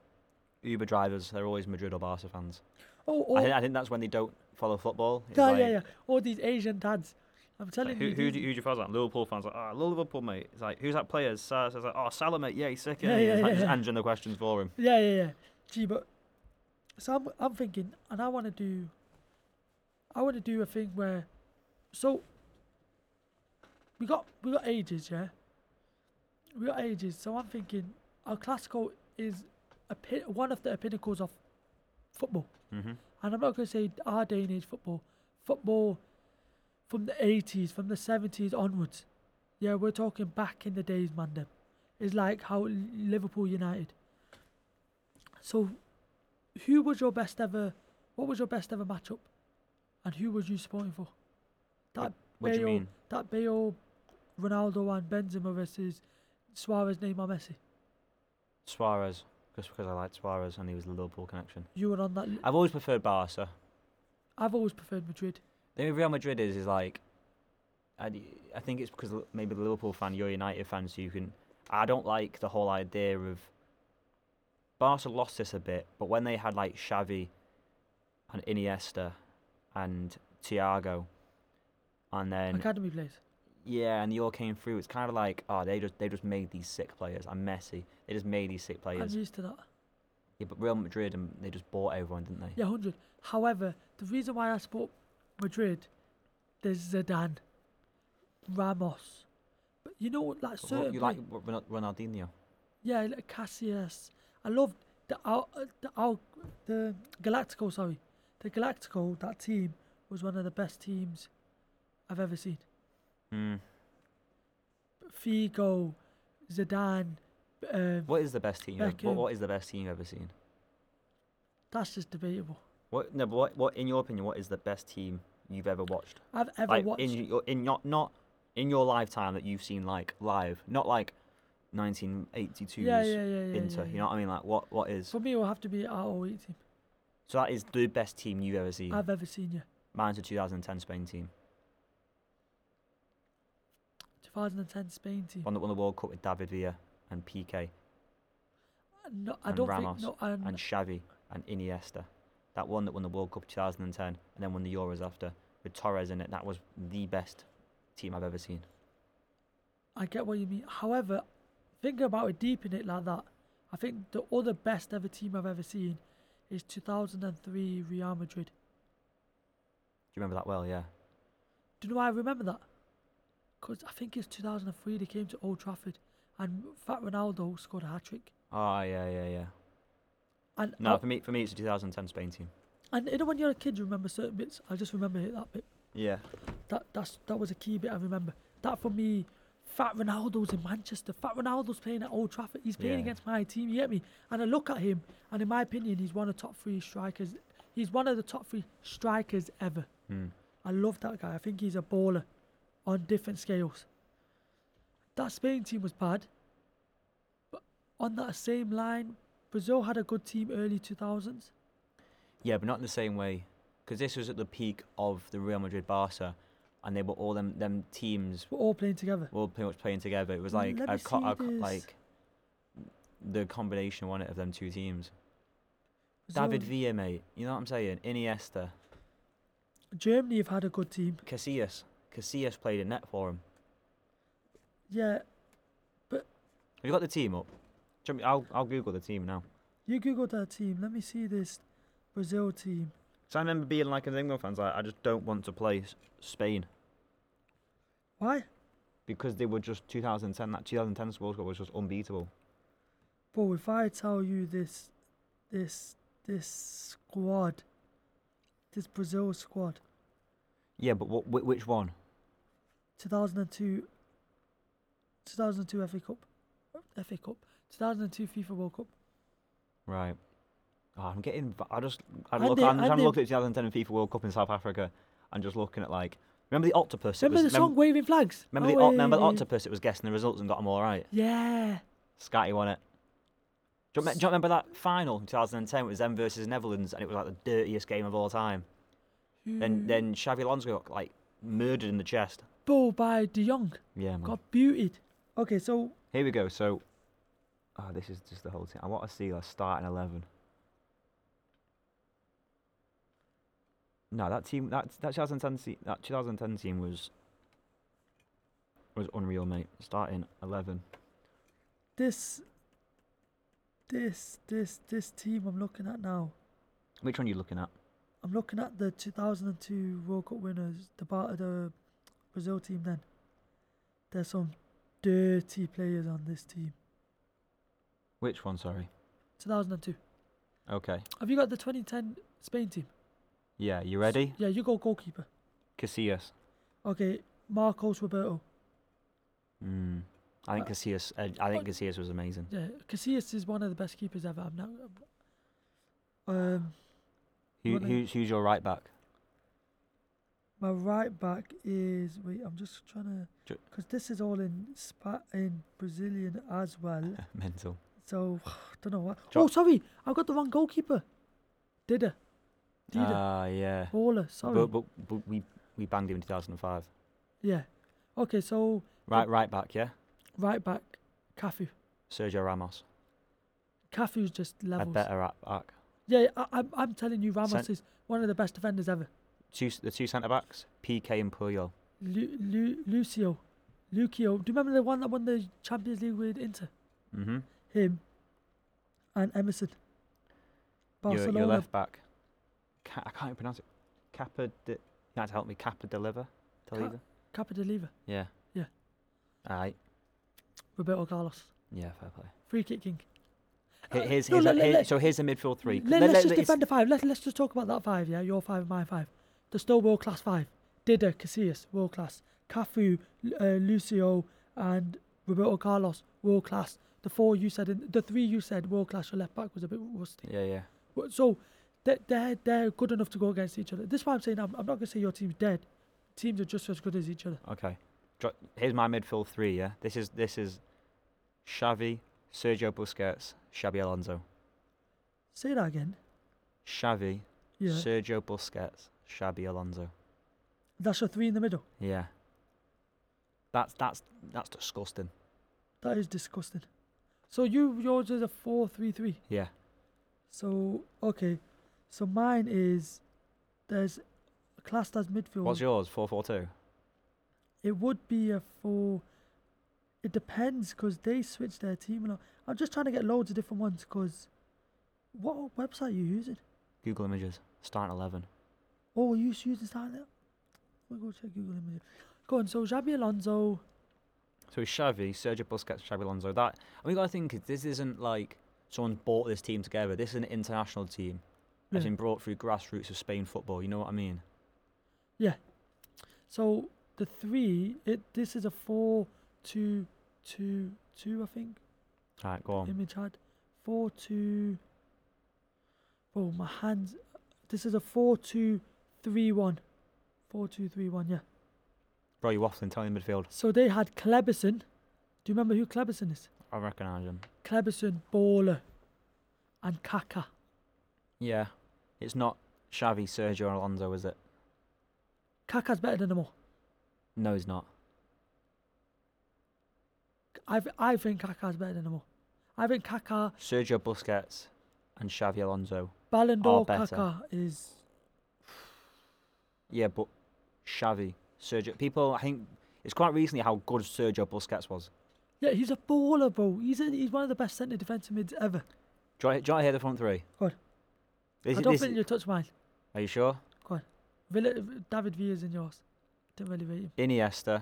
Uber drivers. They're always Madrid or Barca fans. oh, oh I, thi- I think that's when they don't follow football. It's yeah, like, yeah, yeah. All these Asian dads. I'm telling Like, who, you. who, these- do, who do you fans like? Liverpool fans like, ah, Liverpool mate. It's like, who's that player? uh, Salah. So it's like, oh, Salah mate. Yeah, he's sick. Yeah, Yeah, yeah, yeah, Like, Just yeah. answering the questions for him. Yeah, yeah, yeah. Gee, but so I'm I'm thinking, and I want to do, I want to do a thing where, so we got we got ages, yeah. We got ages, so I'm thinking our classical is a pin, one of the pinnacles of football, Mm-hmm. and I'm not going to say our day and age football, football from the 80s, from the 70s onwards. Yeah, we're talking back in the days, man. Them. It's like how L- Liverpool United. So, who was your best ever? What was your best ever matchup? And who was you supporting for? That What do you Bale- mean? That Bale, Ronaldo, and Benzema versus Suarez, Neymar, Messi. Suarez, just because I liked Suarez and he was the Liverpool connection. You were on that. li- I've always preferred Barca. I've always preferred Madrid. The only Real Madrid is is like, I, d- I think it's because Li- maybe the Liverpool fan, you're a United fan, so you can. I don't like the whole idea of. Barca lost this a bit, but when they had like Xavi, and Iniesta, and Thiago, and then Academy players. Yeah, and they all came through. It's kind of like, oh, they just they just made these sick players. I'm messy. They just made these sick I'm players. used to that. yeah, but Real Madrid and they just bought everyone, didn't they? Yeah, 100. However, the reason why I support Madrid, there's Zidane, Ramos. But you know, what, like But what- certain. you play- like Ro- Ronal- Ronaldinho? Yeah, like Cassius. I love the out, uh, the out, the Galactico. Sorry, the Galactico. That team was one of the best teams I've ever seen. Mm. Figo, Zidane. Um, What is the best team? you've- Beckham. What, what is the best team you've ever seen? that's just debatable. What no, but what, what in your opinion? What is the best team you've ever watched? I've ever like watched. in your in your not in your lifetime that you've seen like live, not like 1982's Yeah, yeah, yeah, yeah. Inter. yeah, You know what I mean? Like what what is? For me, it will have to be our 08 team So that is the best team you've ever seen. I've ever seen. Yeah, Mine's a 2010 Spain team, 2010 Spain team. one that won the World Cup with David Villa and PK No, I and don't Ramos think. No, and, and Xavi and Iniesta. That one that won the World Cup 2010 and then won the Euros after with Torres in it. That was the best team I've ever seen. I get what you mean. However, thinking about it deep in it like that, I think the other best ever team I've ever seen is 2003 Real Madrid. Do you remember that well? Yeah. Do you know why I remember that? Because I think it's 2003 they came to Old Trafford and Fat Ronaldo scored a hat trick. Oh yeah, yeah, yeah. And No, I- for me, for me, it's a 2010 Spain team. and you know when you're a kid, you remember certain bits. I just remember it, that bit. Yeah. That that's that was a key bit I remember. That for me, Fat Ronaldo's in Manchester. Fat Ronaldo's playing at Old Trafford. He's playing Yeah. against my team. You get me? And I look at him, and in my opinion, he's one of the top three strikers. He's one of the top three strikers ever. Hmm. I love that guy. I think he's a baller on different scales. That Spain team was bad, but on that same line, Brazil had a good team early 2000s. Yeah, but not in the same way, because this was at the peak of the Real Madrid Barca, and they were all them them teams We're all playing together. were all pretty much playing together. It was Mm, like let a me co- see a co- this. like the combination one it of them two teams. Brazil- David Villa, mate. You know what I'm saying? Iniesta, Germany have had a good team. Casillas. Casillas played in net for him. Yeah, Have you got the team up? Do you want me- I'll I'll Google the team now. You googled that team. Let me see this Brazil team. So I remember being like as England fans, like I just don't want to play S- Spain Why? Because they were just 2010. That 2010 World Cup was just unbeatable. Bro, if I tell you this, this, this squad, this Brazil squad, Yeah, but what? whi- Which one? 2002, 2002 FA Cup, FA Cup, 2002 FIFA World Cup. Right. Oh, I'm getting. v- I just. I And look, they- I'm and trying they- to look at the 2010 FIFA World Cup in South Africa, and just looking at like. Remember the octopus? Remember it the was, song remem- Waving Flags? Remember, the, o- remember the Away. octopus? It was guessing the results and got them all right. Yeah. Scatty won it. Do you, rem- do you remember that final in 2010? It was them versus Netherlands, and it was like the dirtiest game of all time. Then Who- then Xavi Alonso got like murdered in the chest. Ball by De Jong. Yeah, man. Got booted. Okay, so Here we go. So, oh, this is just the whole team. I want to see like starting eleven. No, that team, that that 2010 team, that 2010 team was was unreal, mate. Starting eleven. this, this, this, this team I'm looking at now. Which one are you looking at? I'm looking at the 2002 World Cup winners, the part of the Brazil team. Then there's some dirty players on this team. Which one? Sorry. 2002. Okay. Have you got the 2010 Spain team? Yeah, you ready? Yeah, you go goalkeeper. Casillas. Okay, Marcos Roberto. Mm. I think Casillas. Uh, I think Casillas was amazing. Yeah, Casillas is one of the best keepers ever. I'm not. Um, Who, What name? who's who's your right back? [LAUGHS] my right back is wait. I'm just trying to Ju- because this is all in spa in Brazilian as well. Mental. So [SIGHS] don't know what. Jo- oh, sorry, I got the wrong goalkeeper. Dida, Dida, Ah, yeah. baller. Sorry. But, but, but we we banged him in 2005. yeah. Okay, so Right, right back, yeah. right back, Cafu. Sergio Ramos, Cafu's just a levels. better right back. Yeah, I, I'm, I'm telling you, Ramos Cent- is one of the best defenders ever. Two, s- the two centre backs, PK and Puyol. Lu, Lu, Lucio, Lucio. Do you remember the one that won the Champions League with Inter? Mm-hmm. Him and Emerson. Your, your Barcelona. left back. Ca- I can't even pronounce it. Kappa. De- you had to help me. Kappa deliver. Deliver. Capa de Leva, Yeah. Yeah. All right. Roberto Carlos. Yeah. Fair play. Free kick king. Here- Uh, Here's, no, here's, let- a- let- here- let- so here's the midfield three. Let, us just it's- defend the five. Let, let's just talk about that five, yeah? Your five, my five. The still world class five. Dida, Casillas, world class. Cafu, L- uh, Lucio, and Roberto Carlos, world class. The four you said, in, the three you said, world class. Your left back was a bit rusty. Yeah, yeah. But- So they're, they're, they're good enough to go against each other. This is why I'm saying I'm, I'm not going to say your team's dead. Teams are just as good as each other. Okay. Dro- Here's my midfield three. Yeah. This is this is Xavi, Sergio Busquets, Xabi Alonso. Say that again. Xavi, Yeah. Sergio Busquets, Xabi Alonso. That's a three in the middle. Yeah. That's that's that's disgusting. That is disgusting. So you yours is a four three three. Yeah. So okay. So mine is there's classed as midfield. What's yours? Four four two. It would be a four. It depends because they switch their team a lot. I'm just trying to get loads of different ones because what website are you using? Google Images. Starting eleven. Oh, you used using starting. We'll go check Google Images. Go on. So Xabi Alonso. So it's Xavi, Sergio Busquets, Xabi Alonso. That and we gotta think is this isn't like someone's bought this team together. This is an international team that's Yeah. been brought through grassroots of Spain football. You know what I mean? So the three. It this is a four two two two. I think. Right, go on. image had four two. Oh, my hands. This is a four two three one. Four two three one. Yeah. Bro, you're waffling, tell me the midfield. So they had Kleberson. Do you remember who Kleberson is? I recognise him. Kleberson, Baller, and Kaka. Yeah. It's not Xavi, Sergio Alonso, is it? Kaka's better than them all. No, he's not. I th- I think Kaka's better than them all. I think Kaka, Sergio Busquets and Xavi Alonso. Ballon d'Or better. Kaka is. Yeah, but Xavi, Sergio. People, I think it's quite recently how good Sergio Busquets was. Yeah, he's a baller, bro. He's a, he's one of the best centre defensive mids ever. Do I, do I hear the front three? Go on. This I is- don't this think is- you touch mine. are you sure? Villa, øh, David er Villa's in yours. Didn't really rate him. Iniesta,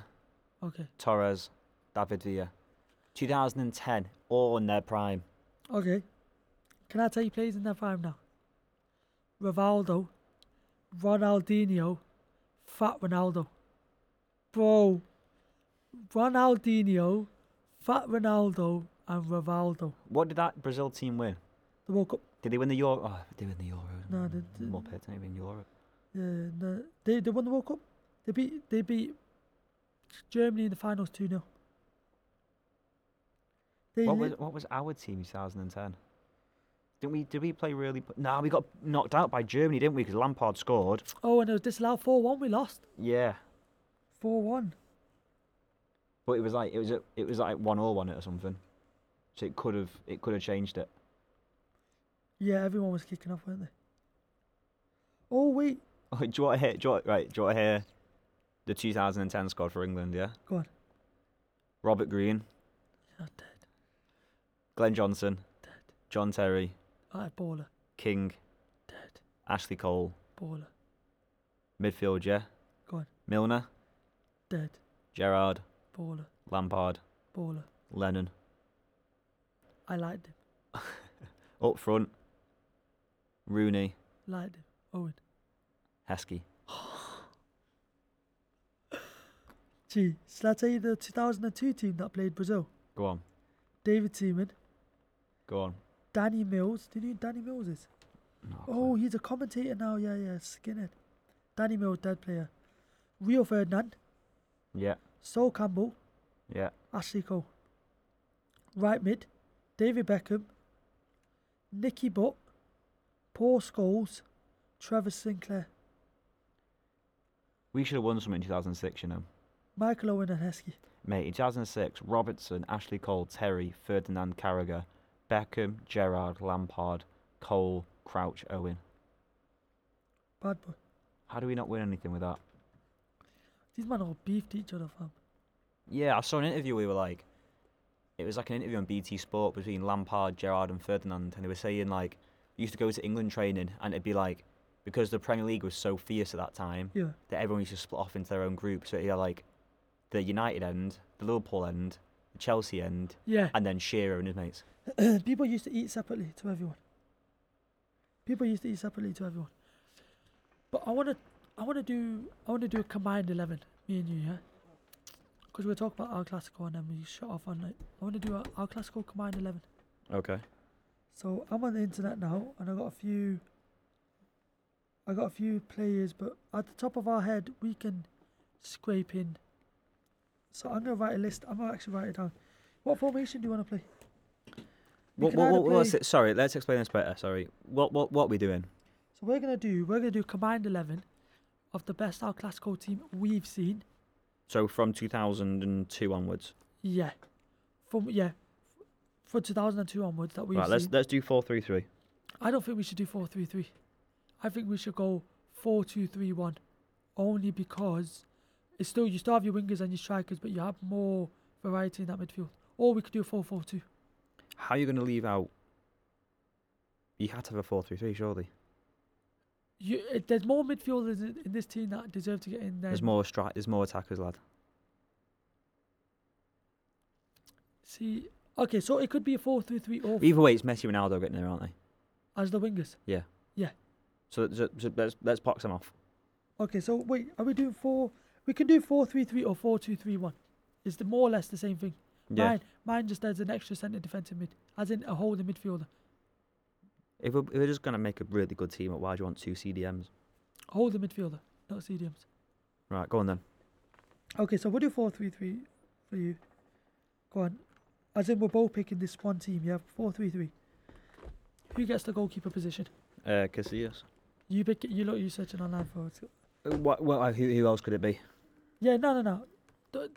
Okay. Torres, David Villa. 2010, all in their prime. Okay. Can I tell you players in their prime now? Rivaldo, Ronaldinho, Fat Ronaldo. Bro, Ronaldinho, Fat Ronaldo, and Rivaldo. What did that Brazil team win? The World Cup. Did they win the Euro? Oh, they win the Euros. No, they didn't. Muppet, they win Europe. Uh, no, they they won the World Cup. They beat they beat Germany in the finals two 0 They What li- was what was our team in 2010? Didn't we? Did we play really? p- No, we got knocked out by Germany, didn't we? Because Lampard scored. oh, and it was disallowed four one. We lost Yeah, four one. but it was like it was a, it was like one all one it or something. So it could have it could have changed it. [LAUGHS] Yeah, everyone was kicking off, weren't they? Oh wait, Oh, do you want to hear? Do you want, right? Do you want to hear the 2010 squad for England? Yeah. Go on. Robert Green, you're not Oh, dead. Glenn Johnson, John Terry, Alright, baller, King, dead, Ashley Cole, baller, midfield. Yeah. Go on. Milner, dead, Gerrard, baller, Lampard, baller. Lennon, I liked him, up front. Rooney, liked him. Owen, Heskey. gee, shall I tell you the 2002 team that played Brazil? Go on. David Seaman, Go on. Danny Mills. Do you know who Danny Mills is? Oh, he's a commentator now. Yeah, yeah, skinhead. Danny Mills, dead player. Rio Ferdinand, Yeah, Sol Campbell, yeah. Ashley Cole. Right mid, David Beckham, Nicky Butt, Paul Scholes, Trevor Sinclair, We should have won something in 2006, you know. Michael Owen and Heskey. Mate, in 2006, Robertson, Ashley Cole, Terry, Ferdinand Carragher, Beckham, Gerrard, Lampard, Cole, Crouch, Owen. Bad boy. How do we not win anything with that? These men all beefed each other, fam. Yeah, I saw an interview we were like, it was like an interview on BT Sport between Lampard, Gerrard, and Ferdinand, and they were saying like, we used to go to England training, and it'd be like, because the Premier League was so fierce at that time, Yeah. that everyone used to split off into their own groups. So you had like the United end, the Liverpool end, the Chelsea end, Yeah. [CLEARS THROAT] and then Shearer and his mates. People used to eat separately to everyone. People used to eat separately to everyone. But I wanna I wanna do I wanna do a combined eleven, me and you, yeah? Because we'll talk about our classical and then we shut off on it. I wanna do our, our classical combined eleven. Okay. So I'm on the internet now, and I got a few. I got a few players, but at the top of our head, we can scrape in. So I'm gonna write a list. I'm gonna actually write it down. What formation do you want to play? We What, can what, either what, what's play- it? Sorry, let's explain this better. Sorry, what what what are we doing? So we're gonna do we're gonna do combined eleven of the best El Clasico team we've seen. So from 2002 onwards. Yeah, from yeah, from 2002 onwards that we've right, let's seen. let's do four three three. I don't think we should do four three three. I think we should go four two three one, only because it's still you still have your wingers and your strikers, but you have more variety in that midfield. Or we could do a four four two. How are you going to leave out? You had to have a four-three-three, surely. You, it, there's more midfielders in, in this team that deserve to get in there. There's more stri- There's more attackers, lad. See, okay, so it could be a four three three or Either way, it's Messi, Ronaldo getting there, aren't they? as the wingers. So, so, so let's let's box them off. Okay, so wait, are we doing four? We can do four three three or four two three one. It's the more or less the same thing. Yeah. Mine, mine just adds an extra centre defensive mid, as in a holding midfielder. If we're, if we're just going to make a really good team, why do you want two CDMs? Holding midfielder, not CDMs. Right, go on then. Okay, so we'll do four three three for you. Go on. As in, we're both picking this one team, yeah? Four three three. Who gets the goalkeeper position? Uh, Casillas. You pick it, you look, you searching online for it. Uh, What, who, who else could it be? Yeah, no, no, no. D-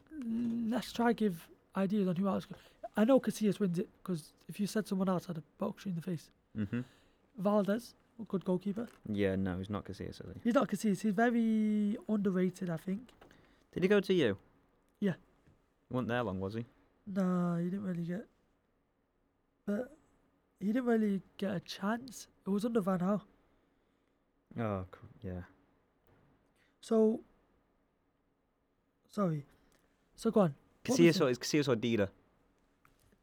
let's try give ideas on who else. could- I know Casillas wins it because if you said someone else, I'd have boxed you in the face. Mm-hmm. Valdez, a good goalkeeper. Yeah, no, he's not Casillas, is he? He's not Casillas. He's very underrated, I think. Did he go to you? Yeah. He wasn't there long, was he? No, he didn't really get. But he didn't really get a chance. It was under Van Gaal. Oh, cr- yeah. So. Sorry. So go on. What was Casillas or, is Casillas or Dida?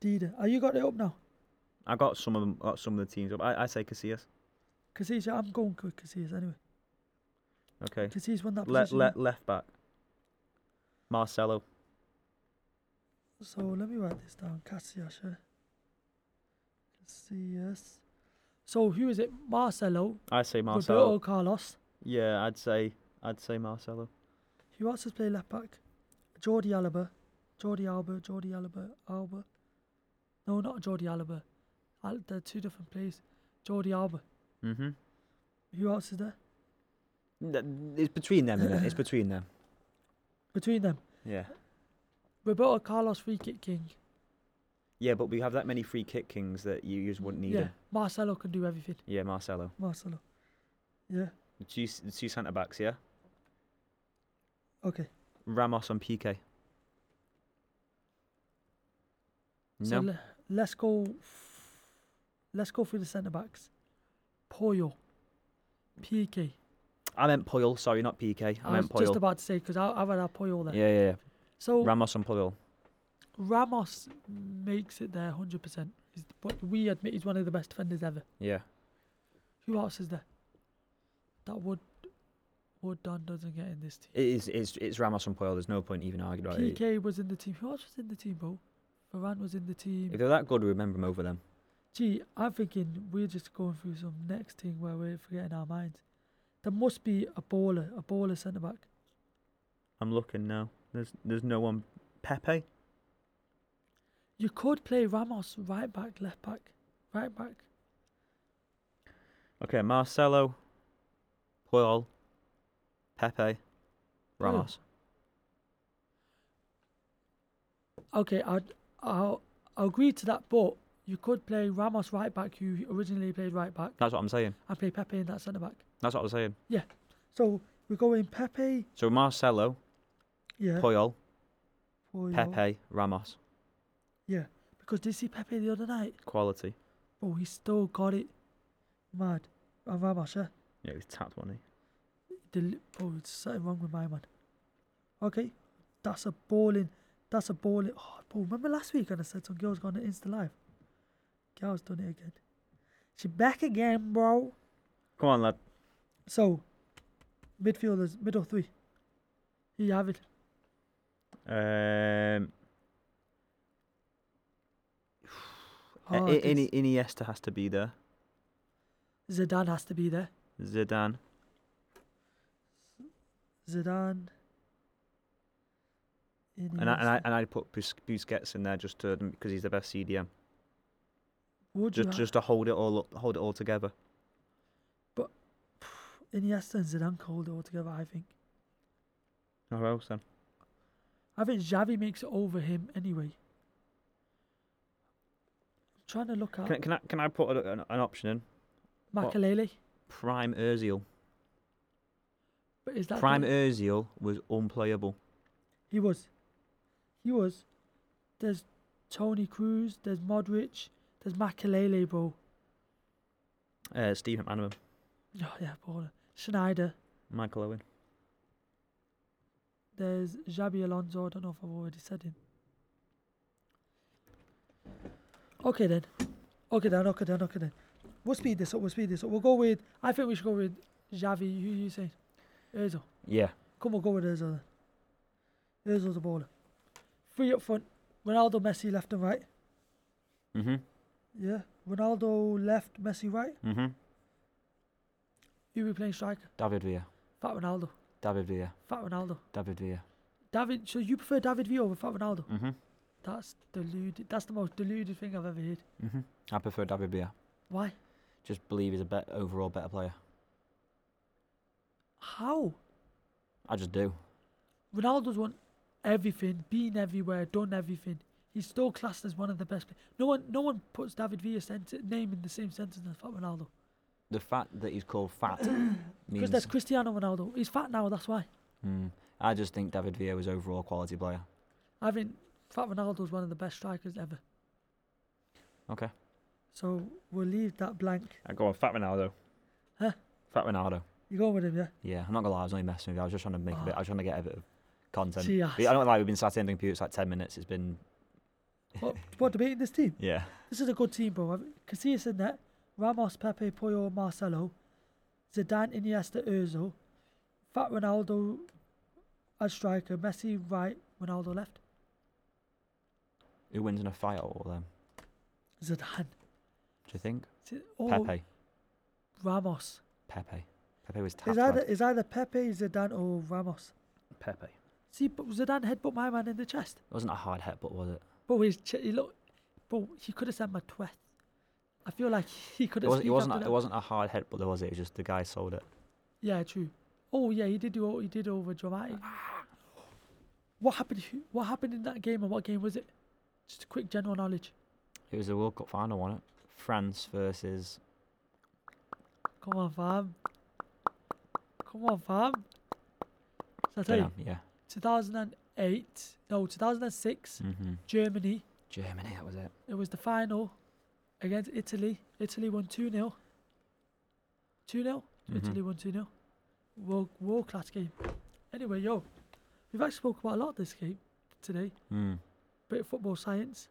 Dida. Are you got it up now? I got some of them, got some of the teams up. I, I say Casillas. Casillas, I'm going with Casillas anyway. Okay. Casillas won that Le- position. le- left back. Marcelo. So let me write this down. Casillas. yeah. Casillas. So who is it? Marcelo, I say Roberto Marcelo. Carlos. Yeah, I'd say I'd say Marcelo. Who else has played left back? Jordi Alaba. Jordi Alba. Jordi Alba. Alba. No, not Jordi Alba. Al- they're two different players. Jordi Alba. Mhm. Who else is there? It's between them, isn't it? It's between them. Between them. Yeah. Roberto Carlos, free kick king. Yeah, but we have that many free kick kings that you just wouldn't need yeah. him. Marcelo can do everything. Yeah, Marcelo. Marcelo. Yeah. The two, s- the two centre backs, yeah. Okay. Ramos and Piqué. So No, le- let's go. Let's go through the centre backs. Poyo. PK. I meant Poyol. Sorry, not Piqué. I, I was meant just Poyol. about to say because I, I've had our Poyo there. Yeah, yeah, yeah. So Ramos and Poyol. Ramos makes it there 100%. He's, but we admit he's one of the best defenders ever. Yeah. Who else is there? That Wood Wood Dunn doesn't get in this team. It is. It's, it's Ramos and Poyol. There's no point even arguing about it. PK was in the team. Who else was in the team, bro? Varane was in the If team. they're that good, we remember them over them. Gee, I'm thinking we're just going through some next thing where we're forgetting our minds. There must be a baller, a baller centre back. I'm looking now. There's there's no one. Pepe. You could play Ramos right back, left back, right back. Okay, Marcelo, Puyol, Pepe, Ramos. Okay, I'd, I'll I'll agree to that, but you could play Ramos right back, who originally played right back, That's what I'm saying. and play Pepe in that centre back. That's what I'm saying. So we're going Pepe, So Marcelo, yeah, Puyol, for your- Pepe, Ramos, yeah. Because did you see Pepe the other night? quality. Oh, he still got it. Mad. And Ramos, yeah. Yeah, he's tapped one. Del- oh, it's something wrong with my man. Okay, that's a balling. That's a balling. Oh, bro, remember last week when I said some girls gone on Insta Live? Girls done it again. She back again, bro. Come on, lad. So, midfielders, middle three. Here you have it. Um, I- Oh, I- Ini- this- Iniesta has to be there. Zidane has to be there. Zidane. Zidane. It And I, and I is. and I'd put Bus- Busquets in there just to because he's the best CDM, would you just ha- just to hold it all up, hold it all together. Iniesta and Zidane called it all together. I think. Or else then. I think Xavi makes it over him anyway. I'm trying to look at Can, I- can I can I put a, an, an option in? Makalele, Prime Özil. but is that Prime the- Özil was unplayable. He was. He was. There's Tony Cruz. There's Modric. There's Makalele, bro. Uh, Steve McManaman, Oh, yeah, baller. Schneider. Michael Owen. There's Xabi Alonso. I don't know if I've already said him. Okay then. Okay then. Okay then. Okay then. We'll speed this up. We'll speed this up. We'll go with. I think we should go with Xavi. Who you saying? Özil. Yeah. Come on, go with Özil. then. Özil's a baller. Three up front. Ronaldo, Messi, left and right. Mhm. Yeah. Ronaldo left, Messi right. Mhm. Who we playing striker? David Villa. Fat Ronaldo. David Villa. Fat Ronaldo. David Villa. David. So you prefer David Villa over Fat Ronaldo? Mhm. That's deluded. That's the most deluded thing I've ever heard. Mhm. I prefer David Villa. Why? Just believe he's a bet overall better player. How? I just do. Ronaldo's won everything, been everywhere, done everything. He's still classed as one of the best. Play- no one, no one puts David Villa's senti- name in the same sentence as Fat Ronaldo The fact that he's called [COUGHS] fat because means. there's Cristiano Ronaldo. He's fat now. That's why. Mm. I just think David Villa was overall quality player. I think Fat Ronaldo's one of the best strikers ever. Okay. So we'll leave that blank. I go on Fat Ronaldo. Huh? Fat Ronaldo. You going with him, yeah? Yeah, I'm not gonna lie, I was only messing with you. I was just trying to make a bit. Ah. I was trying to get a bit of content. She But I don't like we've been sat in the computer it's like ten minutes. It's been What, what debating this team? yeah. This is a good team, bro. Casillas in net, Ramos, Pepe, Puyol, Marcelo, Zidane, Iniesta, Özil, Fat Ronaldo as striker, Messi right, Ronaldo left, Who wins in a fight or all them? Zidane, Do you think? Z- oh, Pepe. Ramos. Pepe. Pepe was tapped. Is either is either Pepe, Zidane, or Ramos. Pepe. See, but Zidane headbutt my man in the chest. It wasn't a hard headbutt, was it? Bro, his ch- he look, bro, he could have sent my twat. I feel like [LAUGHS] he could It have. wasn't. It sneaked wasn't. after A, that. it wasn't a hard headbutt, though, was it? It was just the guy sold it. Yeah, true. Oh yeah, he did do o- he did over dramatic. What happened? who- What happened in that game? And what game was it? Just a quick general knowledge. It was a World Cup final, wasn't it? France versus. Come on, fam. Come on, fam. So I tell you, Denham, Yeah. 2008, no, 2006, hmm Germany. Germany. That was it. It was the final against Italy. Italy won 2 0. 2 0? Mm-hmm. Italy won 2 0. World, world class game. Anyway, yo, we've actually spoke about a lot this game today. Mm. bit of football science.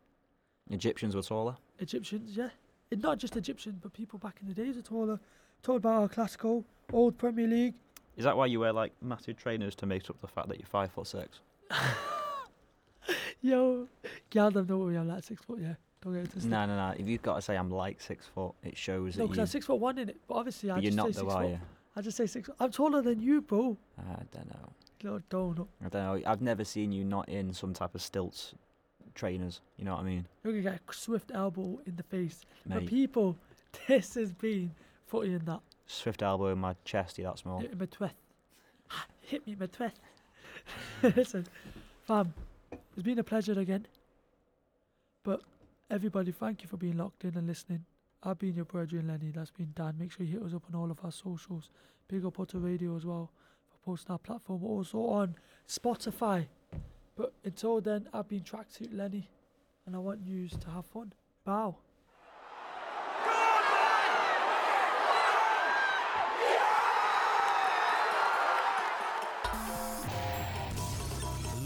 Egyptians were taller. Egyptians, yeah. And not just Egyptians, but people back in the days are taller. Talked about our classical, old Premier League. Is that why you wear like massive trainers to make up the fact that you're five foot six? Yo, yeah, them don't worry, I'm like six foot, yeah. Don't get it twisted. No, no, no. If you've got to say I'm like six foot, it shows No, that because I'm you, six foot one in it, but obviously I but you're just not say the six are foot. you? I just say six. I'm taller than you, bro. I don't know. Little donut. I don't know. I've never seen you not in some type of stilts trainers. You know what I mean, You're gonna get a swift elbow in the face. But mate? people, [LAUGHS] this has been footy in that. Swift elbow in my chest. You're that small. Hit me in my tweth. [LAUGHS] Hit me in my tweth. [LAUGHS] Listen, fam, it's been a pleasure again. But everybody, thank you for being locked in and listening. I've been your brethren Lenny, that's been Dan. Make sure you hit us up on all of our socials. Big up Otter Radio as well for posting our platform. We're also on Spotify. But until then, I've been Tracksuit Lenny and I want you to have fun. Bow.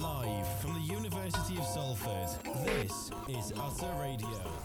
Live from the University of Salford, this is Utter Radio.